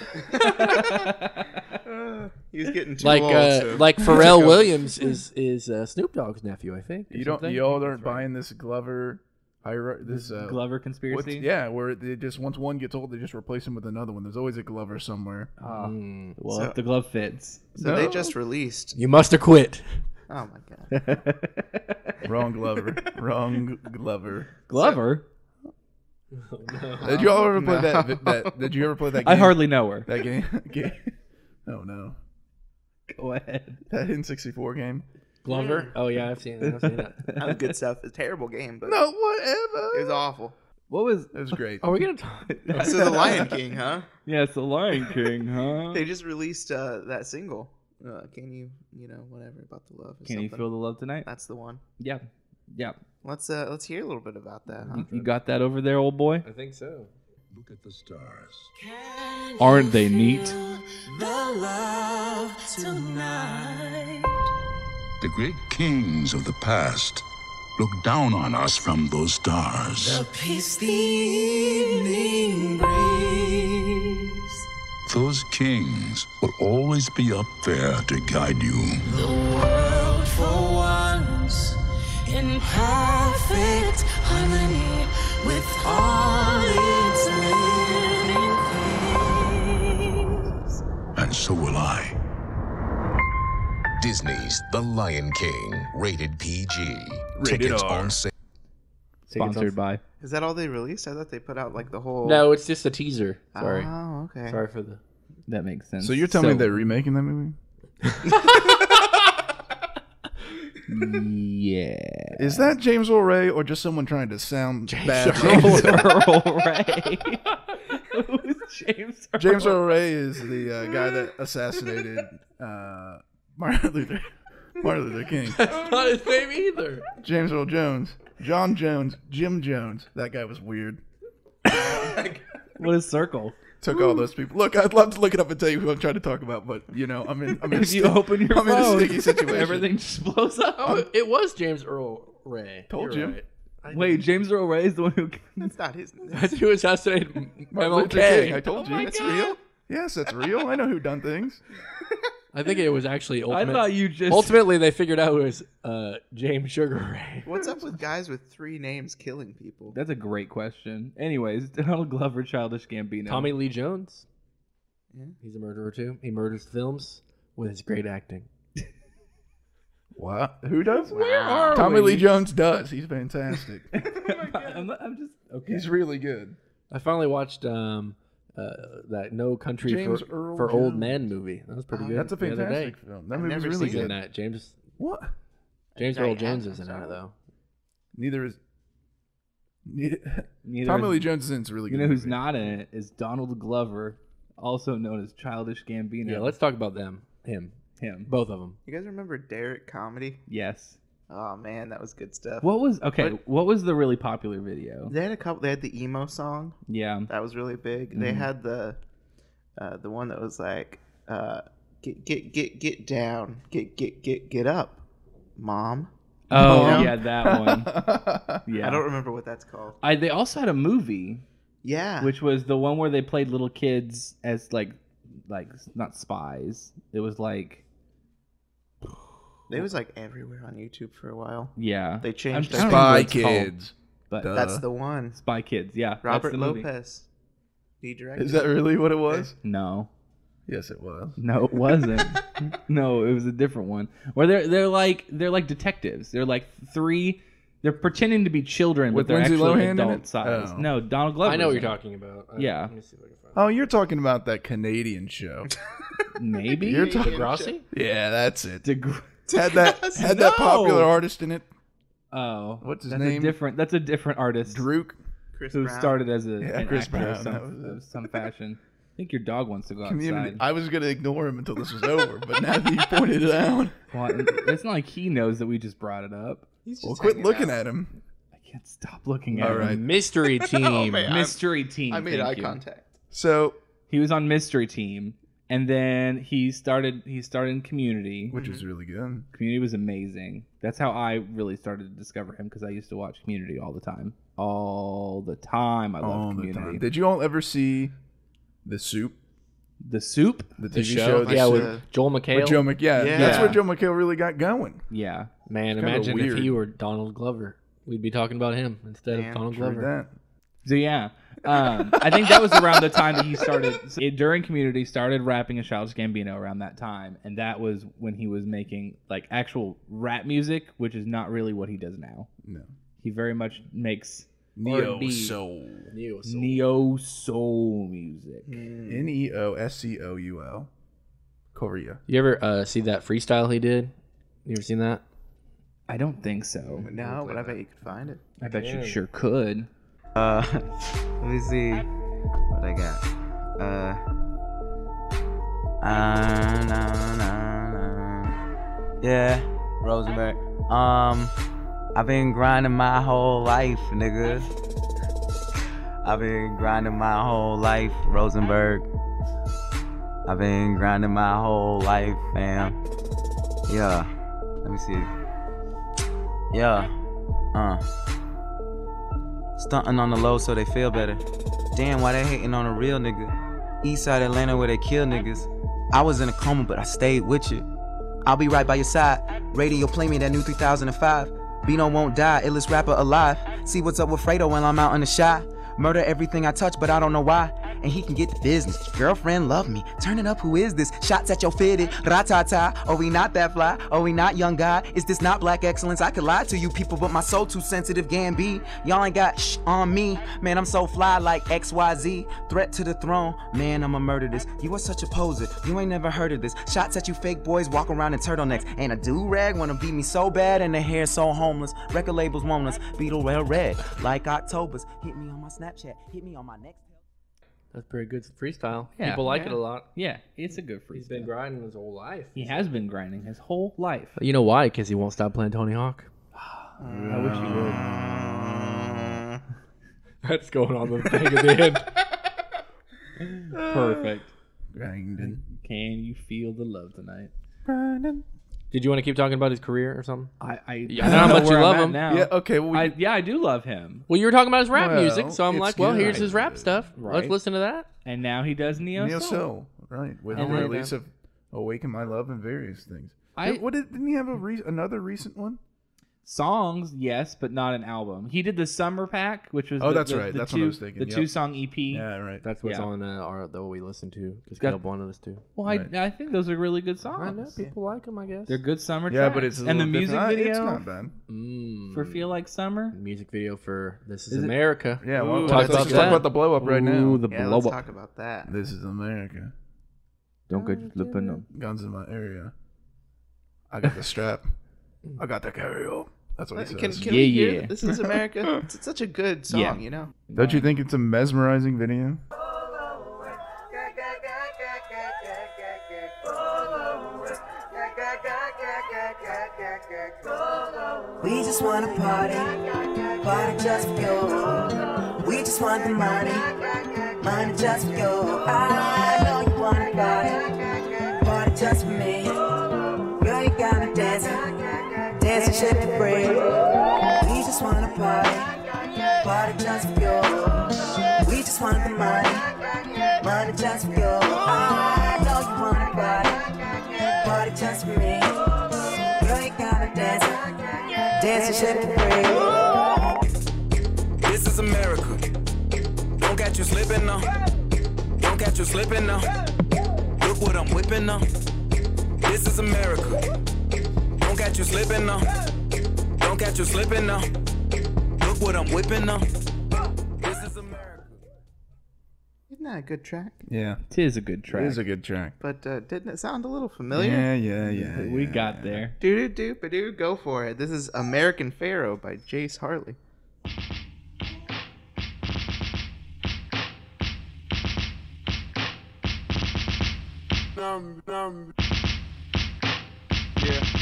[SPEAKER 2] He's getting too
[SPEAKER 1] Like
[SPEAKER 2] old.
[SPEAKER 1] uh,
[SPEAKER 2] so-
[SPEAKER 1] like Pharrell Williams is is uh, Snoop Dogg's nephew, I think. or
[SPEAKER 4] You don't.
[SPEAKER 1] something.
[SPEAKER 4] You all aren't buying this Glover. Hierarchy, this uh,
[SPEAKER 3] Glover
[SPEAKER 4] what's-
[SPEAKER 3] conspiracy.
[SPEAKER 4] yeah, where they just once one gets old, they just replace him with another one. There's always a Glover somewhere.
[SPEAKER 2] Oh.
[SPEAKER 3] Ah,
[SPEAKER 1] Mm.
[SPEAKER 3] well,
[SPEAKER 2] So-
[SPEAKER 3] if the glove fits.
[SPEAKER 2] so they
[SPEAKER 4] No.
[SPEAKER 2] just released.
[SPEAKER 1] You must have quit.
[SPEAKER 2] Oh my god.
[SPEAKER 4] Wrong Glover. Wrong Glover.
[SPEAKER 3] Glover.
[SPEAKER 4] Did you all ever play
[SPEAKER 2] Oh, No.
[SPEAKER 4] that, that? Did you ever play that? Game?
[SPEAKER 3] I hardly know her.
[SPEAKER 4] that game. game. Oh no,
[SPEAKER 3] Go ahead.
[SPEAKER 4] that in '64 game.
[SPEAKER 1] Glover. Oh yeah, I've seen, I've seen that.
[SPEAKER 2] That was good stuff. It's a terrible game, but
[SPEAKER 4] No, whatever.
[SPEAKER 2] it was awful.
[SPEAKER 3] What was?
[SPEAKER 4] It was great.
[SPEAKER 1] Are we gonna talk?
[SPEAKER 2] So the Lion King, huh?
[SPEAKER 3] Yeah, it's the Lion King, huh?
[SPEAKER 2] They just released uh, that single. Uh, can you, you know, whatever about the love? Or
[SPEAKER 3] Can
[SPEAKER 2] something.
[SPEAKER 3] you feel the love tonight?
[SPEAKER 2] That's the one.
[SPEAKER 3] Yeah, yeah.
[SPEAKER 2] Let's uh, let's hear a little bit about that, huh?
[SPEAKER 3] You,
[SPEAKER 1] Mm-hmm.
[SPEAKER 3] you got that over there, old boy?
[SPEAKER 1] I think so.
[SPEAKER 7] Look at the stars.
[SPEAKER 3] Aren't they neat?
[SPEAKER 7] The great kings of the past look down on us from those stars. Those kings will always be up there to guide you. And so will I.
[SPEAKER 8] Disney's The Lion King, rated PG. Tickets on sale.
[SPEAKER 3] Sponsored by.
[SPEAKER 2] Is that all they released? I thought they put out like the whole.
[SPEAKER 1] No, it's just a teaser. Sorry.
[SPEAKER 2] Oh, okay.
[SPEAKER 1] Sorry for the.
[SPEAKER 3] That makes sense.
[SPEAKER 4] So you're telling me they're remaking that movie?
[SPEAKER 3] Yeah.
[SPEAKER 4] Is that James Earl Ray or just someone trying to sound bad?
[SPEAKER 3] James Earl Ray. Who's James Earl?
[SPEAKER 4] James Earl Ray is the uh, guy that assassinated uh, Martin Luther Martin Luther King.
[SPEAKER 1] That's not his name either.
[SPEAKER 4] James Earl Jones, John Jones, Jim Jones. That guy was weird.
[SPEAKER 3] What is circle?
[SPEAKER 4] Took all those people. Look, I'd love to look it up and tell you who I'm trying to talk about, but you know, I'm in. I'm in. a
[SPEAKER 3] If you
[SPEAKER 4] sti-
[SPEAKER 3] open your
[SPEAKER 4] I'm
[SPEAKER 3] phone,
[SPEAKER 4] in a sticky situation.
[SPEAKER 3] everything just blows up.
[SPEAKER 1] Oh, it was James Earl Ray.
[SPEAKER 4] Told
[SPEAKER 1] You're
[SPEAKER 4] you.
[SPEAKER 1] right.
[SPEAKER 3] Wait, James Earl Ray is the one who.
[SPEAKER 2] That's not his.
[SPEAKER 1] That's who assassinated M-
[SPEAKER 4] Martin Luther King. I
[SPEAKER 1] MLK.
[SPEAKER 3] Oh
[SPEAKER 4] told you. That's real. Yes, that's real. I know who done things.
[SPEAKER 1] I think it was actually
[SPEAKER 3] I
[SPEAKER 1] ultimate.
[SPEAKER 3] thought you just.
[SPEAKER 1] Ultimately, they figured out it was uh, James Sugar Ray.
[SPEAKER 2] What's up with guys with three names killing people?
[SPEAKER 3] That's a great question. Anyways, Donald Glover, Childish Gambino,
[SPEAKER 1] Tommy Lee Jones.
[SPEAKER 2] Yeah.
[SPEAKER 1] He's a murderer too. He murders films with his great acting.
[SPEAKER 4] What? Who does?
[SPEAKER 3] Where are
[SPEAKER 4] Tommy
[SPEAKER 3] we?
[SPEAKER 4] Lee Jones does. He's fantastic.
[SPEAKER 3] I'm, not- I'm just okay.
[SPEAKER 4] He's really good.
[SPEAKER 1] I finally watched um, uh, that No Country
[SPEAKER 4] James
[SPEAKER 1] for,
[SPEAKER 4] Earl
[SPEAKER 1] for Old
[SPEAKER 4] Jones.
[SPEAKER 1] Man movie. That was pretty good.
[SPEAKER 4] Uh, Ah, That's a
[SPEAKER 1] the other day.
[SPEAKER 4] fantastic film. That
[SPEAKER 2] I've
[SPEAKER 4] movie's
[SPEAKER 2] never
[SPEAKER 4] really
[SPEAKER 2] seen
[SPEAKER 1] He's in
[SPEAKER 4] good.
[SPEAKER 1] that. James
[SPEAKER 4] What?
[SPEAKER 1] James
[SPEAKER 2] I
[SPEAKER 1] Earl
[SPEAKER 2] have,
[SPEAKER 1] Jones
[SPEAKER 2] I'm
[SPEAKER 1] isn't in it
[SPEAKER 2] sorry.
[SPEAKER 1] though.
[SPEAKER 4] Neither is. Neither,
[SPEAKER 3] Neither
[SPEAKER 4] Tommy
[SPEAKER 3] is-
[SPEAKER 4] Lee Jones is in. It's a really
[SPEAKER 3] You
[SPEAKER 4] good.
[SPEAKER 3] know who's
[SPEAKER 4] movie.
[SPEAKER 3] not in it is Donald Glover, also known as Childish Gambino.
[SPEAKER 1] Yeah, let's talk about them. Him,
[SPEAKER 3] him.
[SPEAKER 1] both of them.
[SPEAKER 2] You guys remember Derek comedy?
[SPEAKER 3] Yes.
[SPEAKER 2] Oh man, that was good stuff.
[SPEAKER 3] What was okay?
[SPEAKER 2] What-
[SPEAKER 3] What was the really popular video?
[SPEAKER 2] They had a couple. They had the emo song
[SPEAKER 3] Yeah.
[SPEAKER 2] that was really big.
[SPEAKER 3] Mm-hmm.
[SPEAKER 2] They had the uh, the one that was like uh, get get get get down, get get get get up, mom.
[SPEAKER 3] Oh
[SPEAKER 2] Yeah.
[SPEAKER 3] yeah, that one. yeah.
[SPEAKER 2] I don't remember what that's called.
[SPEAKER 3] I they also had a movie,
[SPEAKER 2] Yeah,
[SPEAKER 3] which was the one where they played little kids as like, like not spies. It was like
[SPEAKER 2] it was like everywhere on YouTube for a while.
[SPEAKER 3] yeah.
[SPEAKER 2] They changed it.
[SPEAKER 3] I'm- I don't remember what
[SPEAKER 4] Spy
[SPEAKER 3] it's called,
[SPEAKER 4] Kids.
[SPEAKER 3] but
[SPEAKER 4] Duh.
[SPEAKER 2] That's the one.
[SPEAKER 3] Spy Kids. Yeah. Uh, that's
[SPEAKER 2] Robert
[SPEAKER 3] the movie.
[SPEAKER 2] Lopez. He directed.
[SPEAKER 4] Is that really what it was?
[SPEAKER 3] No.
[SPEAKER 4] Yes, it was.
[SPEAKER 3] No, it wasn't. no, it was a different one. Where they're they're like they're like detectives. They're like three. They're pretending to be children,
[SPEAKER 4] With
[SPEAKER 3] but they're
[SPEAKER 4] Lindsay
[SPEAKER 3] actually
[SPEAKER 4] Lohan in
[SPEAKER 3] adult
[SPEAKER 4] it?
[SPEAKER 3] size.
[SPEAKER 4] Oh.
[SPEAKER 3] No, Donald Glover.
[SPEAKER 1] I know what you're
[SPEAKER 3] is in it.
[SPEAKER 1] talking about. I-
[SPEAKER 3] Yeah.
[SPEAKER 1] Let me see if I can find.
[SPEAKER 4] Oh, you're talking about that Canadian show.
[SPEAKER 3] Maybe
[SPEAKER 4] You're
[SPEAKER 1] it.
[SPEAKER 4] talking.
[SPEAKER 1] Degrassi?
[SPEAKER 4] Yeah, that's it.
[SPEAKER 3] Degr-
[SPEAKER 4] Had that had that popular
[SPEAKER 3] No.
[SPEAKER 4] artist in it,
[SPEAKER 3] Oh,
[SPEAKER 4] What's his
[SPEAKER 3] that's
[SPEAKER 4] name?
[SPEAKER 3] A different. That's a different artist
[SPEAKER 4] Druk.
[SPEAKER 2] Chris
[SPEAKER 3] who
[SPEAKER 2] Brown.
[SPEAKER 3] started as a
[SPEAKER 4] Yeah,
[SPEAKER 3] an
[SPEAKER 4] Chris
[SPEAKER 3] actor of
[SPEAKER 4] Brown,
[SPEAKER 3] some,
[SPEAKER 4] that was it.
[SPEAKER 3] of some fashion. I think your dog wants to go
[SPEAKER 4] Community.
[SPEAKER 3] outside.
[SPEAKER 4] I was gonna ignore him until this was over, but now that you pointed it out,
[SPEAKER 3] Well, it's not like he knows that we just brought it up.
[SPEAKER 2] He's just
[SPEAKER 4] well, quit
[SPEAKER 2] hanging
[SPEAKER 4] looking
[SPEAKER 2] out.
[SPEAKER 4] at him.
[SPEAKER 3] I can't stop looking at
[SPEAKER 4] All
[SPEAKER 3] him.
[SPEAKER 4] right.
[SPEAKER 1] Mystery team.
[SPEAKER 3] Mystery team.
[SPEAKER 2] I made
[SPEAKER 3] thank
[SPEAKER 2] eye
[SPEAKER 3] you.
[SPEAKER 2] contact.
[SPEAKER 4] So,
[SPEAKER 3] He was on Mystery Team, and then he started. He started in Community.
[SPEAKER 4] which was really good.
[SPEAKER 3] Community was amazing. That's how I really started to discover him because I used to watch Community all the time. All the time. I
[SPEAKER 4] All
[SPEAKER 3] loved
[SPEAKER 4] the time.
[SPEAKER 3] Community. The,
[SPEAKER 4] Did you all ever see the soup?
[SPEAKER 3] soup?
[SPEAKER 4] The,
[SPEAKER 1] The
[SPEAKER 4] TV
[SPEAKER 1] show.
[SPEAKER 4] The
[SPEAKER 1] Yeah,
[SPEAKER 4] Soup?
[SPEAKER 2] uh,
[SPEAKER 1] with Joel McHale.
[SPEAKER 4] with Joe Mc. Yeah,
[SPEAKER 2] Yeah.
[SPEAKER 4] that's where Joe McHale really got going.
[SPEAKER 3] Yeah.
[SPEAKER 1] Man,
[SPEAKER 4] kinda
[SPEAKER 1] imagine if
[SPEAKER 4] weird.
[SPEAKER 1] he were Donald Glover. We'd be talking about him instead
[SPEAKER 2] Yeah,
[SPEAKER 1] of Donald
[SPEAKER 4] Heard
[SPEAKER 1] Glover.
[SPEAKER 4] that.
[SPEAKER 3] So yeah. Um, I think that was around the time that he started so it- during Community started rapping a Childish Gambino around that time, and that was when he was making like actual rap music, which is not really what he does now.
[SPEAKER 4] No.
[SPEAKER 3] He very much makes
[SPEAKER 4] Neo
[SPEAKER 3] R&B.
[SPEAKER 4] soul.
[SPEAKER 1] Neo Soul. Hmm.
[SPEAKER 3] neo soul music.
[SPEAKER 4] N e o s c o u l. Korea.
[SPEAKER 1] You ever uh, see that freestyle he did? You ever seen that?
[SPEAKER 3] I don't think so.
[SPEAKER 2] No, but I bet you could find it.
[SPEAKER 3] I bet you sure could.
[SPEAKER 2] Uh, let me see what I got. Uh, uh, no, no, no. yeah, Rosenberg. Um, I've been grinding my whole life, nigga. I've been grinding my whole life, Rosenberg. I've been grinding my whole life, fam. Yeah, let me see. Yeah, uh stunting on the low so they feel better. Damn, why they hating on a real nigga? Eastside Atlanta where they kill niggas. I was in a coma, but I stayed with you. I'll be right by your side. Radio play me that new 3005. Bino won't die, illest rapper alive. See what's up with Fredo while I'm out in the shy. Murder everything I touch, but I don't know why. And he can get the business. Girlfriend, love me. Turn it up, who is this? Shots at your fitted. Ratata. Are we not that fly? Are we not young guy? Is this not black excellence? I could lie to you people, but my soul too sensitive, Gambi. Y'all ain't got shh on me. Man, I'm so fly like XYZ. Threat to the throne. Man, I'ma murder this. You are such a poser. You ain't never heard of this. Shots at you fake boys walk around in turtlenecks. And a do-rag wanna beat me so bad and the hair so homeless. Record labels want us. Beetle rail red. Like October's. Hit me on my Snapchat. Hit me on my next.
[SPEAKER 1] That's pretty good freestyle.
[SPEAKER 3] Yeah.
[SPEAKER 1] People like
[SPEAKER 3] Yeah.
[SPEAKER 1] it a lot.
[SPEAKER 3] Yeah, it's a good freestyle.
[SPEAKER 1] He's been grinding his whole life.
[SPEAKER 3] He has been grinding his whole life.
[SPEAKER 1] But you know why? Because he won't stop playing Tony Hawk.
[SPEAKER 3] I wish he would.
[SPEAKER 1] Ah. That's going on the thing at the end.
[SPEAKER 3] Perfect.
[SPEAKER 4] Grinding.
[SPEAKER 3] Can you feel the love tonight?
[SPEAKER 1] Did you want to keep talking about his career or something?
[SPEAKER 3] I, I,
[SPEAKER 1] I know how much you love him.
[SPEAKER 3] now.
[SPEAKER 4] Yeah, okay. Well, we,
[SPEAKER 3] I, yeah, I do love him.
[SPEAKER 1] Well, you were talking about his rap
[SPEAKER 4] Well,
[SPEAKER 1] music, so I'm
[SPEAKER 4] it's
[SPEAKER 1] like, well, here's
[SPEAKER 4] good.
[SPEAKER 1] his rap stuff. Let's
[SPEAKER 3] Right.
[SPEAKER 1] listen to that.
[SPEAKER 3] And now he does Neo,
[SPEAKER 4] Neo
[SPEAKER 3] Soul.
[SPEAKER 4] Soul, right? With
[SPEAKER 1] I
[SPEAKER 4] the
[SPEAKER 1] like
[SPEAKER 4] release of "Awaken My Love" and various things.
[SPEAKER 3] I-
[SPEAKER 4] Did- what did, didn't he have a re- another recent one?
[SPEAKER 3] Songs, yes, but not an album. He did the Summer Pack, which was
[SPEAKER 4] Oh,
[SPEAKER 3] the,
[SPEAKER 4] that's
[SPEAKER 3] the-
[SPEAKER 4] right.
[SPEAKER 3] the
[SPEAKER 4] That's
[SPEAKER 3] two,
[SPEAKER 4] what I was thinking.
[SPEAKER 3] The E
[SPEAKER 4] Yep.
[SPEAKER 3] two song EP.
[SPEAKER 4] Yeah, right.
[SPEAKER 1] That's what's
[SPEAKER 3] Yeah.
[SPEAKER 1] on uh, our that we listen to because
[SPEAKER 3] That-
[SPEAKER 1] Caleb wanted us to.
[SPEAKER 3] Well, I,
[SPEAKER 4] Right.
[SPEAKER 3] I think those are really good songs.
[SPEAKER 1] I know people like him, I guess.
[SPEAKER 3] They're good summer.
[SPEAKER 4] yeah,
[SPEAKER 3] tracks.
[SPEAKER 4] but it's a
[SPEAKER 3] and the
[SPEAKER 4] little
[SPEAKER 3] music
[SPEAKER 4] different. Ah, It's
[SPEAKER 3] video
[SPEAKER 4] not bad.
[SPEAKER 1] Mm.
[SPEAKER 3] for "Feel Like Summer."
[SPEAKER 1] music video for "This Is,
[SPEAKER 3] Is it-
[SPEAKER 1] America."
[SPEAKER 4] Yeah, well,
[SPEAKER 1] Ooh,
[SPEAKER 4] let's
[SPEAKER 1] talk about
[SPEAKER 4] just talk
[SPEAKER 1] that.
[SPEAKER 4] about the blow up right now.
[SPEAKER 1] Ooh, the blow up.
[SPEAKER 2] about that.
[SPEAKER 4] this is America.
[SPEAKER 3] Don't go flipping them.
[SPEAKER 4] Guns in my area. I got the strap. I got the carry-all. That's what he
[SPEAKER 2] Can,
[SPEAKER 4] says.
[SPEAKER 2] can we
[SPEAKER 3] Yeah,
[SPEAKER 2] hear
[SPEAKER 3] yeah.
[SPEAKER 2] This is America. It's such a good song,
[SPEAKER 3] Yeah.
[SPEAKER 2] you know.
[SPEAKER 4] Don't you think it's a mesmerizing video?
[SPEAKER 9] We just wanna party, party just for you. We just want the money, money just for you. I know you wanna party, party just for me. Girl, you gotta dance, dance and shit for free. We just wanna party, party just for you. We just want the money, money just for you. I know you wanna party, party just for me. Girl, you gotta dance, dance and shit for free.
[SPEAKER 5] This is America. Don't catch you slipping now. Don't catch you slipping now. Look what I'm whipping now. This is America. Don't catch you slipping now. Don't catch you slipping now. Look what I'm whipping now. This is America.
[SPEAKER 2] Isn't that a good track?
[SPEAKER 4] Yeah,
[SPEAKER 3] It is a good track.
[SPEAKER 4] it is a good track.
[SPEAKER 2] But uh, didn't it sound a little
[SPEAKER 4] Yeah,
[SPEAKER 2] familiar?
[SPEAKER 4] yeah, yeah.
[SPEAKER 3] we
[SPEAKER 4] yeah.
[SPEAKER 3] got there.
[SPEAKER 2] Do do do ba do. Go for it. This is American Pharaoh by Jace Hartley.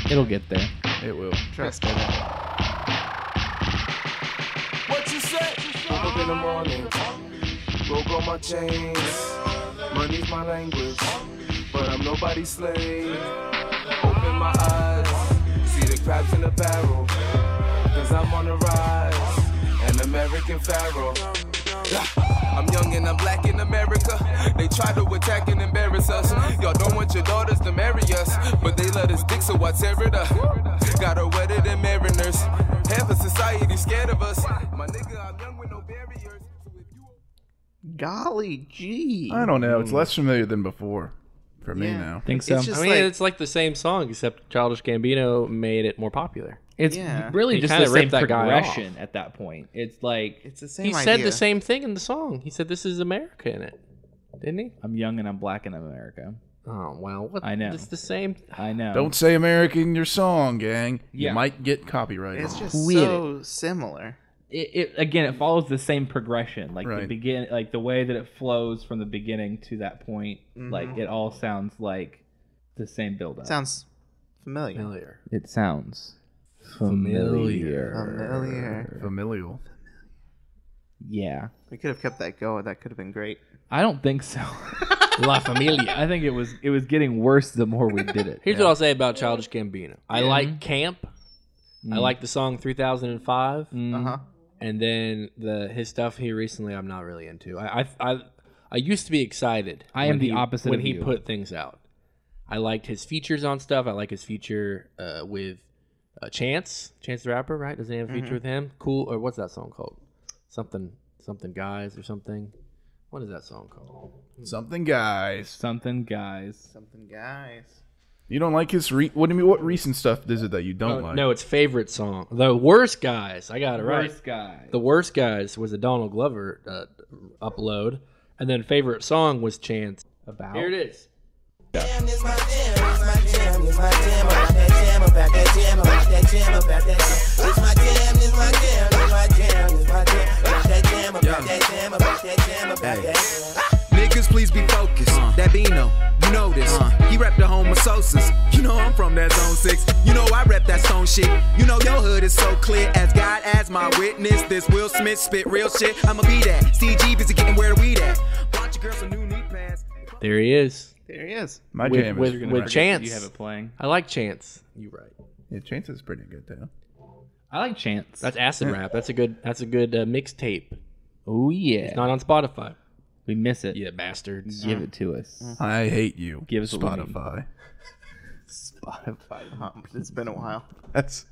[SPEAKER 3] It'll get there.
[SPEAKER 4] It will.
[SPEAKER 2] Trust it.
[SPEAKER 10] What you say? Woke up in the morning, broke all my chains. Money's my language, but I'm nobody's slave. Open my eyes, see the crabs in the barrel. Cause I'm on the rise, an American pharaoh. I'm young and I'm black in America. They try to attack and embarrass us. Y'all don't want your daughters to marry us, but they let us dick, so I tear it up. Got her wetter than mariners. Half of society scared of us. My nigga, I'm young with no barriers. So if you-
[SPEAKER 2] Golly gee.
[SPEAKER 4] I don't know. It's less familiar than before for me
[SPEAKER 2] Yeah.
[SPEAKER 4] now.
[SPEAKER 3] Think so.
[SPEAKER 2] It's just
[SPEAKER 1] I mean,
[SPEAKER 2] like
[SPEAKER 1] it's like the same song except Childish Gambino made it more popular.
[SPEAKER 3] It's
[SPEAKER 2] Yeah.
[SPEAKER 3] really
[SPEAKER 1] He
[SPEAKER 3] just the
[SPEAKER 1] kinda
[SPEAKER 3] same
[SPEAKER 1] ripped that guy off.
[SPEAKER 3] progression at that point. It's like
[SPEAKER 2] it's the same.
[SPEAKER 1] he said
[SPEAKER 2] idea.
[SPEAKER 1] the same thing in the song. He said, "This is America" in it, didn't he?
[SPEAKER 3] I'm young and I'm black in America.
[SPEAKER 1] Oh wow, what?
[SPEAKER 3] I know.
[SPEAKER 1] It's the same.
[SPEAKER 3] I know.
[SPEAKER 4] Don't say American in your song, gang.
[SPEAKER 3] Yeah.
[SPEAKER 4] You might get copyrighted.
[SPEAKER 2] It's just
[SPEAKER 3] Quit
[SPEAKER 2] so similar.
[SPEAKER 3] it, it again it follows the same progression like the
[SPEAKER 4] Right.
[SPEAKER 3] begin like the way that it flows from the beginning to that point like
[SPEAKER 2] Mhm.
[SPEAKER 3] it all sounds like the same build up
[SPEAKER 2] Sounds familiar.
[SPEAKER 1] Familiar.
[SPEAKER 3] it sounds
[SPEAKER 1] Familiar.
[SPEAKER 2] Um, Familiar.
[SPEAKER 4] Familial.
[SPEAKER 3] yeah
[SPEAKER 2] We could have kept that going. That could have been great.
[SPEAKER 3] i don't think so
[SPEAKER 1] La Familia.
[SPEAKER 3] i think it was it was getting worse the more we did it
[SPEAKER 1] Here's what I'll say about Childish Gambino. I
[SPEAKER 3] Mm-hmm.
[SPEAKER 1] like Camp. I
[SPEAKER 3] Mm.
[SPEAKER 1] like the song 3005,
[SPEAKER 2] Uh huh.
[SPEAKER 1] and then the his stuff he recently I'm not really into. I I I, I used to be excited.
[SPEAKER 3] I am
[SPEAKER 1] when
[SPEAKER 3] the
[SPEAKER 1] he-
[SPEAKER 3] opposite
[SPEAKER 1] when
[SPEAKER 3] of
[SPEAKER 1] he
[SPEAKER 3] you.
[SPEAKER 1] put things out. I liked his features on stuff. I like his feature uh, with uh, Chance, Chance the Rapper, right? Doesn't he have a feature
[SPEAKER 4] Mm-hmm.
[SPEAKER 1] with him? Cool. Or what's that song called? Something something guys or something. What is that song called?
[SPEAKER 4] Something, guys.
[SPEAKER 3] something guys
[SPEAKER 2] Something, guys.
[SPEAKER 4] You don't like his re- What do you mean? What recent stuff is it that you don't like?
[SPEAKER 1] Uh, No, it's favorite song. The worst guys. I got it right.
[SPEAKER 3] Worst guy
[SPEAKER 1] The worst guys was a Donald Glover uh, upload, and then favorite song was Chance.
[SPEAKER 3] about
[SPEAKER 1] Here it is.
[SPEAKER 11] Niggas, please be focused. That Bino, you know this. He rep the home of Sosa's. You know I'm from that zone six. You know I rep that stone shit. You know your hood is so clear. As God as my witness, this Will Smith spit real shit. I'ma be that. CG busy getting where we at. Watch your girl some new knee pads.
[SPEAKER 1] There he is.
[SPEAKER 2] There he is.
[SPEAKER 4] My
[SPEAKER 1] With-
[SPEAKER 4] jam
[SPEAKER 1] with-
[SPEAKER 4] is
[SPEAKER 1] with
[SPEAKER 4] right.
[SPEAKER 1] Chance.
[SPEAKER 3] you have it playing
[SPEAKER 1] I like Chance. You right.
[SPEAKER 4] Yeah, Chance is pretty good though.
[SPEAKER 3] i like chance
[SPEAKER 1] That's acid rap. That's a good. That's a good uh, mixtape.
[SPEAKER 3] oh yeah
[SPEAKER 1] It's not on Spotify.
[SPEAKER 3] we miss it
[SPEAKER 1] Yeah, bastards.
[SPEAKER 3] give it to us
[SPEAKER 4] I hate you.
[SPEAKER 3] Give us a
[SPEAKER 4] Spotify.
[SPEAKER 2] Spotify. Huh? Uh-huh. It's been a while.
[SPEAKER 4] That's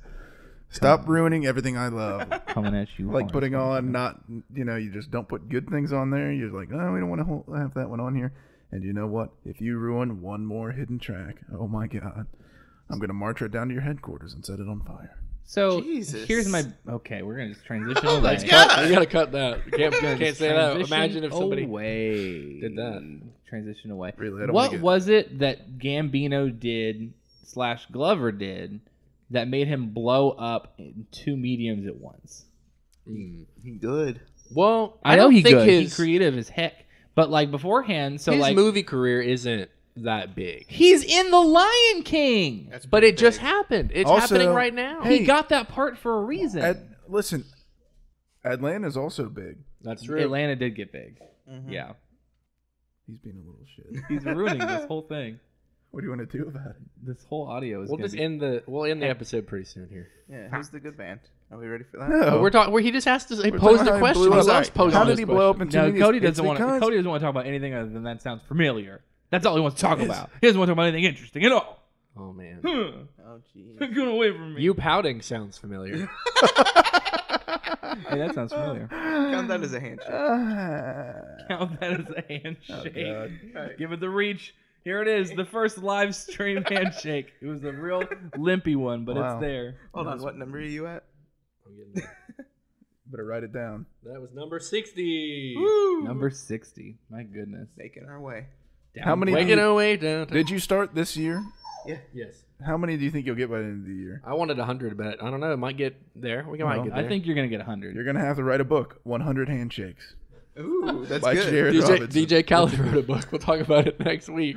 [SPEAKER 4] stop ruining everything I love.
[SPEAKER 3] coming at you
[SPEAKER 4] like
[SPEAKER 3] hard.
[SPEAKER 4] putting on not you know you just don't put good things on there. You're like oh we don't want to have that one on here. And you know what? If you ruin one more hidden track, oh my god, I'm gonna march right down to your headquarters and set it on fire.
[SPEAKER 3] So
[SPEAKER 2] Jesus.
[SPEAKER 3] here's my okay. We're gonna just transition away.
[SPEAKER 1] Cut, you gotta cut that. You can't,
[SPEAKER 3] We're
[SPEAKER 1] can't
[SPEAKER 3] gonna just
[SPEAKER 1] say that.
[SPEAKER 3] transition
[SPEAKER 1] Imagine if somebody.
[SPEAKER 3] away.
[SPEAKER 1] did that.
[SPEAKER 3] Transition away.
[SPEAKER 4] Really, I don't
[SPEAKER 3] what
[SPEAKER 4] wanna get-
[SPEAKER 3] was it that Gambino did slash Glover did that made him blow up in two mediums at once?
[SPEAKER 2] He good.
[SPEAKER 1] Well,
[SPEAKER 3] I,
[SPEAKER 1] I,
[SPEAKER 3] know
[SPEAKER 1] don't
[SPEAKER 3] he
[SPEAKER 1] think
[SPEAKER 3] good.
[SPEAKER 1] his
[SPEAKER 3] he creative as heck, but like beforehand, so
[SPEAKER 1] his
[SPEAKER 3] like
[SPEAKER 1] movie career isn't that big.
[SPEAKER 3] he's in the Lion King.
[SPEAKER 1] But it just happened. It's
[SPEAKER 4] Also-
[SPEAKER 1] happening right now.
[SPEAKER 4] Hey.
[SPEAKER 3] he got that part for a reason.
[SPEAKER 4] Ad, listen, Atlanta's also big.
[SPEAKER 1] That's true.
[SPEAKER 3] Atlanta did get big.
[SPEAKER 1] Mm-hmm.
[SPEAKER 3] Yeah,
[SPEAKER 4] He's being a little shit.
[SPEAKER 3] he's ruining this whole thing.
[SPEAKER 4] what do you want to do about it?
[SPEAKER 3] This whole audio is
[SPEAKER 1] We'll
[SPEAKER 3] gonna
[SPEAKER 1] just
[SPEAKER 3] be
[SPEAKER 1] end the. We'll end the episode pretty soon here.
[SPEAKER 2] Yeah. Who's the good band? Are we ready for that?
[SPEAKER 4] No,
[SPEAKER 1] But we're talking. Where he just asked us. He
[SPEAKER 4] We're
[SPEAKER 1] posed
[SPEAKER 4] talking
[SPEAKER 1] a
[SPEAKER 4] about how he
[SPEAKER 1] question.
[SPEAKER 4] blew
[SPEAKER 1] He
[SPEAKER 4] up.
[SPEAKER 1] loves posing
[SPEAKER 4] How did
[SPEAKER 1] those
[SPEAKER 4] he blow up
[SPEAKER 1] questions.
[SPEAKER 4] in
[SPEAKER 3] No,
[SPEAKER 4] two minutes?
[SPEAKER 3] Cody
[SPEAKER 4] It's
[SPEAKER 3] doesn't want to.
[SPEAKER 4] because-
[SPEAKER 3] Cody doesn't want to talk about anything other than that sounds familiar. That's all he wants to talk about. He doesn't want to talk about anything interesting at all.
[SPEAKER 1] Oh man.
[SPEAKER 3] Huh.
[SPEAKER 2] Oh, geez.
[SPEAKER 3] Get away from me.
[SPEAKER 1] You pouting sounds familiar.
[SPEAKER 3] hey, that sounds familiar.
[SPEAKER 2] Count that as a handshake.
[SPEAKER 4] ah,
[SPEAKER 3] Count that as a handshake.
[SPEAKER 2] God.
[SPEAKER 3] Give it the reach. Here it is, the first live stream handshake. It was a real limpy one, but
[SPEAKER 4] Wow.
[SPEAKER 3] it's there.
[SPEAKER 2] Hold on. What number are you at?
[SPEAKER 4] Better write it down.
[SPEAKER 1] that was number sixty.
[SPEAKER 3] Number 60. My goodness.
[SPEAKER 2] Making our way.
[SPEAKER 4] How many do
[SPEAKER 1] Waking
[SPEAKER 4] you,
[SPEAKER 1] away down.
[SPEAKER 4] did you start this year?
[SPEAKER 1] Yes.
[SPEAKER 4] How many do you think you'll get by the end of the year?
[SPEAKER 1] I wanted hundred, but I don't know. It might get there. We might
[SPEAKER 4] Well,
[SPEAKER 1] get there.
[SPEAKER 3] I think you're going to get 100.
[SPEAKER 4] You're gonna have to write a book, 100 handshakes.
[SPEAKER 2] Ooh, that's
[SPEAKER 4] By
[SPEAKER 2] good.
[SPEAKER 4] Jared
[SPEAKER 1] DJ
[SPEAKER 4] Robinson.
[SPEAKER 1] DJ Khaled wrote a book. We'll talk about it next week.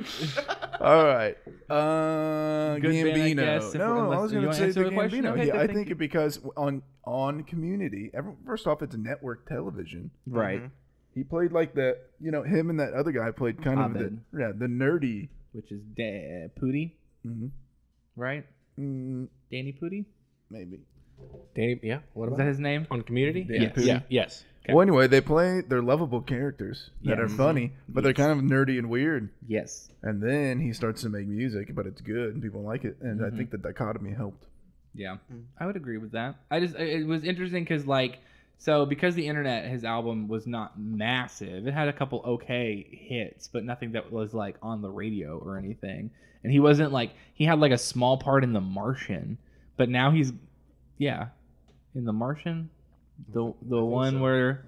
[SPEAKER 4] All right. Uh,
[SPEAKER 3] Good band, I
[SPEAKER 4] Gambino.
[SPEAKER 3] guess, if we're-
[SPEAKER 4] no, I
[SPEAKER 3] unless-
[SPEAKER 4] was
[SPEAKER 3] you
[SPEAKER 4] going to
[SPEAKER 3] wanna
[SPEAKER 4] say
[SPEAKER 3] answer
[SPEAKER 4] the
[SPEAKER 3] the question?
[SPEAKER 4] Gambino.
[SPEAKER 3] Okay,
[SPEAKER 4] yeah,
[SPEAKER 3] good,
[SPEAKER 4] I
[SPEAKER 3] thank
[SPEAKER 4] think it because on on Community, every, first off, it's network television.
[SPEAKER 3] Right.
[SPEAKER 4] He played like the, you know, him and that other guy played kind of the,
[SPEAKER 3] Abed.
[SPEAKER 4] yeah, the nerdy.
[SPEAKER 3] Which is da- Pooty,
[SPEAKER 4] Mhm.
[SPEAKER 3] right?
[SPEAKER 4] Mm,
[SPEAKER 3] Danny Pooty?
[SPEAKER 4] maybe.
[SPEAKER 1] Danny, yeah. What
[SPEAKER 3] Is
[SPEAKER 1] about
[SPEAKER 3] that his name?
[SPEAKER 1] on Community?
[SPEAKER 3] Danny
[SPEAKER 1] yes.
[SPEAKER 3] Pudi?
[SPEAKER 1] Yeah. Yes.
[SPEAKER 3] Okay.
[SPEAKER 4] Well, anyway, they play they're lovable characters that are
[SPEAKER 3] Mm-hmm. Yes.
[SPEAKER 4] funny, but they're kind of nerdy and weird.
[SPEAKER 3] Yes.
[SPEAKER 4] And then he starts to make music, but it's good and people like it. And
[SPEAKER 1] Mm-hmm.
[SPEAKER 4] I think the dichotomy helped.
[SPEAKER 3] Yeah, I would agree with that. I just it was interesting because like so because the internet his album was not massive. It had a couple okay hits, but nothing that was like on the radio or anything. And he wasn't like he had like a small part in The Martian, but now he's yeah in The Martian, the the one where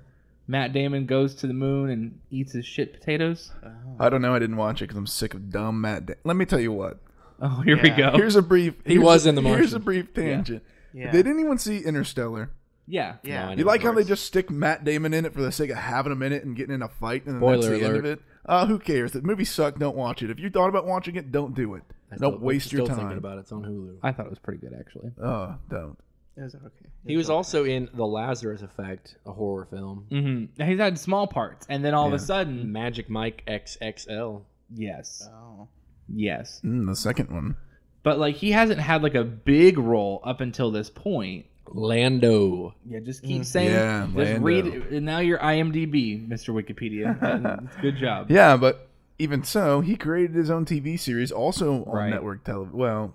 [SPEAKER 3] Matt Damon goes to the moon and eats his shit potatoes.
[SPEAKER 4] I don't know. I didn't watch it because I'm sick of dumb Matt. Da- Let me tell you what.
[SPEAKER 3] Oh, here we
[SPEAKER 2] Yeah.
[SPEAKER 3] go.
[SPEAKER 4] Here's a brief. He
[SPEAKER 1] was in The
[SPEAKER 4] Here's
[SPEAKER 1] Martian.
[SPEAKER 4] a brief tangent.
[SPEAKER 2] Yeah.
[SPEAKER 4] Did anyone see Interstellar?
[SPEAKER 3] Yeah.
[SPEAKER 4] Yeah. you like how they just stick Matt Damon in it for the sake of having him in it and getting in a fight and then that's
[SPEAKER 1] Spoiler
[SPEAKER 4] the end of
[SPEAKER 1] alert.
[SPEAKER 4] it? Uh, who cares? The movie sucked. Don't watch it. If you thought about watching it, don't do it.
[SPEAKER 1] I
[SPEAKER 4] don't
[SPEAKER 1] still-
[SPEAKER 4] waste your
[SPEAKER 1] still
[SPEAKER 4] time.
[SPEAKER 1] Thinking about it. It's on Hulu.
[SPEAKER 3] I thought it was pretty good actually.
[SPEAKER 4] Oh, don't.
[SPEAKER 12] Is it okay?
[SPEAKER 1] He was also in The Lazarus Effect, a horror film.
[SPEAKER 3] Mm-hmm. He's had small parts, and then all of
[SPEAKER 1] Yeah.
[SPEAKER 3] a sudden,
[SPEAKER 1] Magic Mike XXL.
[SPEAKER 3] Yes.
[SPEAKER 12] Oh.
[SPEAKER 3] Yes.
[SPEAKER 4] Mm, the second one.
[SPEAKER 3] But like he hasn't had like a big role up until this point.
[SPEAKER 1] Lando.
[SPEAKER 3] Yeah, just keep
[SPEAKER 4] Mm.
[SPEAKER 3] saying.
[SPEAKER 4] Yeah,
[SPEAKER 3] just
[SPEAKER 4] Lando.
[SPEAKER 3] read. And now you're IMDb, Mr. Wikipedia. And it's good job.
[SPEAKER 4] Yeah, but even so, he created his own TV series, also on
[SPEAKER 3] Right.
[SPEAKER 4] network television. Well,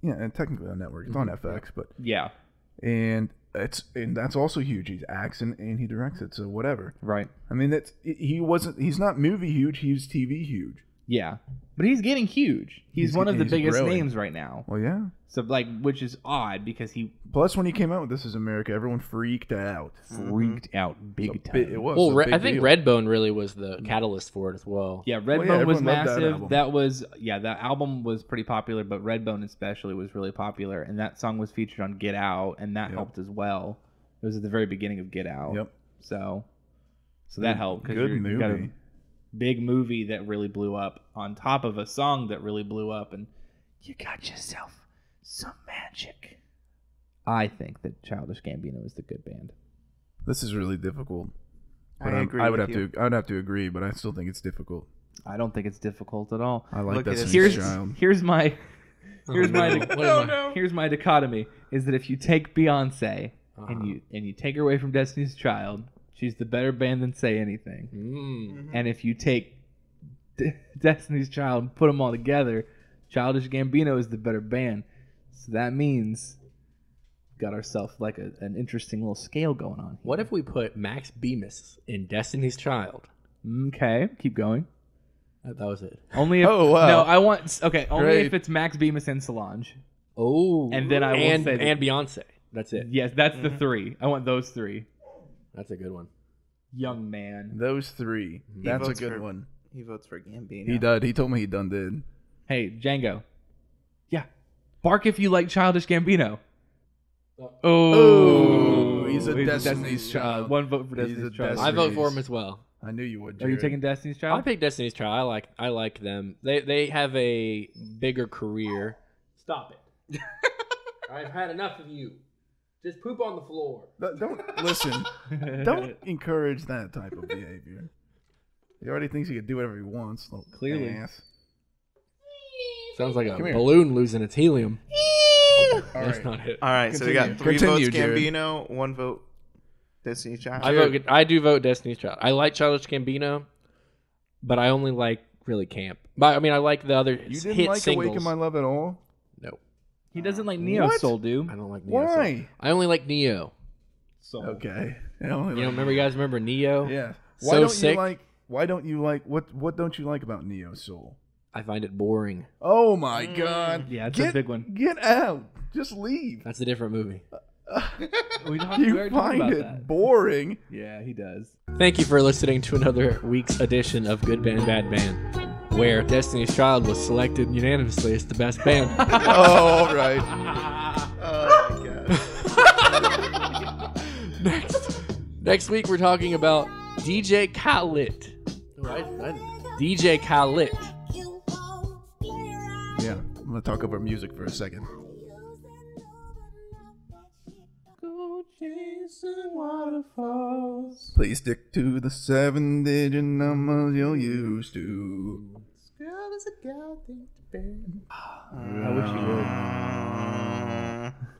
[SPEAKER 4] yeah, and technically on network. It's on
[SPEAKER 3] Mm-hmm.
[SPEAKER 4] FX, but
[SPEAKER 3] Yeah.
[SPEAKER 4] and it's and that's also huge. He's acts and, and he directs it, so whatever.
[SPEAKER 3] Right.
[SPEAKER 4] I mean, that's he wasn't. He's not movie huge. He's TV huge.
[SPEAKER 3] Yeah. But he's getting huge. He's,
[SPEAKER 4] He's-
[SPEAKER 3] one of the
[SPEAKER 4] he's
[SPEAKER 3] biggest
[SPEAKER 4] growing.
[SPEAKER 3] names right now.
[SPEAKER 4] Well, yeah.
[SPEAKER 3] So like, which is odd because he
[SPEAKER 4] Plus, when he came out with This Is America, everyone freaked out.
[SPEAKER 3] freaked out big
[SPEAKER 4] It's a
[SPEAKER 3] time.
[SPEAKER 4] bit- it was
[SPEAKER 1] Well,
[SPEAKER 4] a
[SPEAKER 1] Re-
[SPEAKER 4] big
[SPEAKER 1] I think
[SPEAKER 4] deal.
[SPEAKER 1] Redbone really was the catalyst for it as well.
[SPEAKER 3] Mm-hmm. Yeah,
[SPEAKER 4] Well,
[SPEAKER 3] Redbone
[SPEAKER 4] yeah,
[SPEAKER 3] was
[SPEAKER 4] everyone loved that
[SPEAKER 3] massive.
[SPEAKER 4] album.
[SPEAKER 3] That, was yeah, that album was pretty popular, but Redbone especially was really popular, and that song was featured on Get Out, and that
[SPEAKER 4] Yep.
[SPEAKER 3] helped as well. It was at the very beginning of Get Out.
[SPEAKER 4] Yep.
[SPEAKER 3] So, so that helped because
[SPEAKER 4] Good
[SPEAKER 3] you got a
[SPEAKER 4] movie.
[SPEAKER 3] big movie that really blew up on top of a song that really blew up, and you got yourself some magic. I think that Childish Gambino is the good band.
[SPEAKER 4] This is really difficult.
[SPEAKER 12] I
[SPEAKER 4] But I'm-
[SPEAKER 12] agree
[SPEAKER 4] I would
[SPEAKER 12] with
[SPEAKER 4] have
[SPEAKER 12] you.
[SPEAKER 4] to. I would have to agree, but I still think it's difficult.
[SPEAKER 3] I don't think it's difficult at all.
[SPEAKER 4] I like
[SPEAKER 12] Look at
[SPEAKER 4] that.
[SPEAKER 12] his
[SPEAKER 4] Here's
[SPEAKER 3] here's
[SPEAKER 4] child.
[SPEAKER 3] here's my here's
[SPEAKER 1] no.
[SPEAKER 3] my
[SPEAKER 1] What
[SPEAKER 4] Oh,
[SPEAKER 1] am I-
[SPEAKER 3] here's my dichotomy is that if you take Beyonce and you and you take her away from Destiny's Child, she's the better band than Say Anything.
[SPEAKER 4] Mm-hmm.
[SPEAKER 1] Mm.
[SPEAKER 3] And if you take D- Destiny's Child and put them all together, Childish Gambino is the better band. So that means we got ourselves like a, an interesting little scale going on.
[SPEAKER 1] What if we put Max Bemis in Destiny's Child?
[SPEAKER 3] Mm, Okay, keep going.
[SPEAKER 1] That that was it.
[SPEAKER 3] Only if
[SPEAKER 4] Oh, wow.
[SPEAKER 3] no, I want okay. Only if
[SPEAKER 4] Great.
[SPEAKER 3] it's Max Bemis and Solange.
[SPEAKER 1] Oh,
[SPEAKER 3] And then I will
[SPEAKER 1] and,
[SPEAKER 3] say that-
[SPEAKER 1] and Beyonce. That's it.
[SPEAKER 3] Yes, that's the three. I want those three.
[SPEAKER 1] That's a good one.
[SPEAKER 3] Young man.
[SPEAKER 4] Those three. That's a
[SPEAKER 12] votes
[SPEAKER 4] good
[SPEAKER 12] for-
[SPEAKER 4] one.
[SPEAKER 12] He votes for Gambino.
[SPEAKER 4] He did. He told me he done did.
[SPEAKER 3] Hey, Django. Yeah. Bark if you like Childish Gambino. Oh,
[SPEAKER 4] Oh, he's a Destiny's Child.
[SPEAKER 3] One vote for
[SPEAKER 4] He's
[SPEAKER 3] Destiny's
[SPEAKER 4] a
[SPEAKER 3] Child.
[SPEAKER 4] Destiny's-
[SPEAKER 1] I vote for
[SPEAKER 4] Threes.
[SPEAKER 1] him as well.
[SPEAKER 4] I knew you would.
[SPEAKER 3] Are you
[SPEAKER 4] Jared.
[SPEAKER 3] taking Destiny's
[SPEAKER 1] I
[SPEAKER 3] Child?
[SPEAKER 1] pick Destiny's Child. I like I like them. They they have a bigger career. Stop it. I've had enough of you. Just poop on the floor.
[SPEAKER 4] Th- Don't listen. Don't encourage that type of behavior. He already thinks he can do whatever he wants. little
[SPEAKER 3] Clearly.
[SPEAKER 4] ass.
[SPEAKER 1] Sounds like a
[SPEAKER 4] Come here.
[SPEAKER 1] balloon losing its helium.
[SPEAKER 4] All
[SPEAKER 1] That's
[SPEAKER 4] right.
[SPEAKER 1] not it.
[SPEAKER 12] All right, so we got three
[SPEAKER 4] Continue.
[SPEAKER 12] votes
[SPEAKER 4] Continue,
[SPEAKER 12] Gambino, one vote Destiny Child.
[SPEAKER 1] I vote. I do vote Destiny's Child. I like Childish Gambino, but I only like really camp. But I mean, I like the other
[SPEAKER 4] You didn't
[SPEAKER 1] hit
[SPEAKER 4] like
[SPEAKER 1] singles.
[SPEAKER 4] Awaken My Love at all?
[SPEAKER 1] no,
[SPEAKER 3] he doesn't like Neo
[SPEAKER 4] What?
[SPEAKER 3] Soul, do?
[SPEAKER 1] I don't like Neo. so-
[SPEAKER 4] Why?
[SPEAKER 1] I only like Neo.
[SPEAKER 3] Soul.
[SPEAKER 4] Okay.
[SPEAKER 1] You
[SPEAKER 4] I only
[SPEAKER 1] know,
[SPEAKER 4] like-
[SPEAKER 1] remember you guys remember Neo?
[SPEAKER 4] Yeah.
[SPEAKER 1] So
[SPEAKER 4] Why don't
[SPEAKER 1] sick.
[SPEAKER 4] you like? Why don't you like? What What don't you like about Neo Soul?
[SPEAKER 1] I find it boring.
[SPEAKER 4] Oh my God!
[SPEAKER 3] Mm. Yeah, it's
[SPEAKER 4] get,
[SPEAKER 3] a big one.
[SPEAKER 4] Get out! Just leave.
[SPEAKER 1] That's a different movie.
[SPEAKER 3] We don't have to
[SPEAKER 4] You
[SPEAKER 3] worry about
[SPEAKER 4] find it
[SPEAKER 3] that.
[SPEAKER 4] boring.
[SPEAKER 3] Yeah, he does.
[SPEAKER 1] Thank you for listening to another week's edition of Good Band Bad Band, where Destiny's Child was selected unanimously as the best band.
[SPEAKER 4] oh, all right.
[SPEAKER 12] Oh my god.
[SPEAKER 1] next, next week we're talking about DJ Khaled. DJ Khaled.
[SPEAKER 4] Yeah, I'm gonna talk over music for a second. Please stick to the seven digit numbers you're used to.
[SPEAKER 3] I wish you would.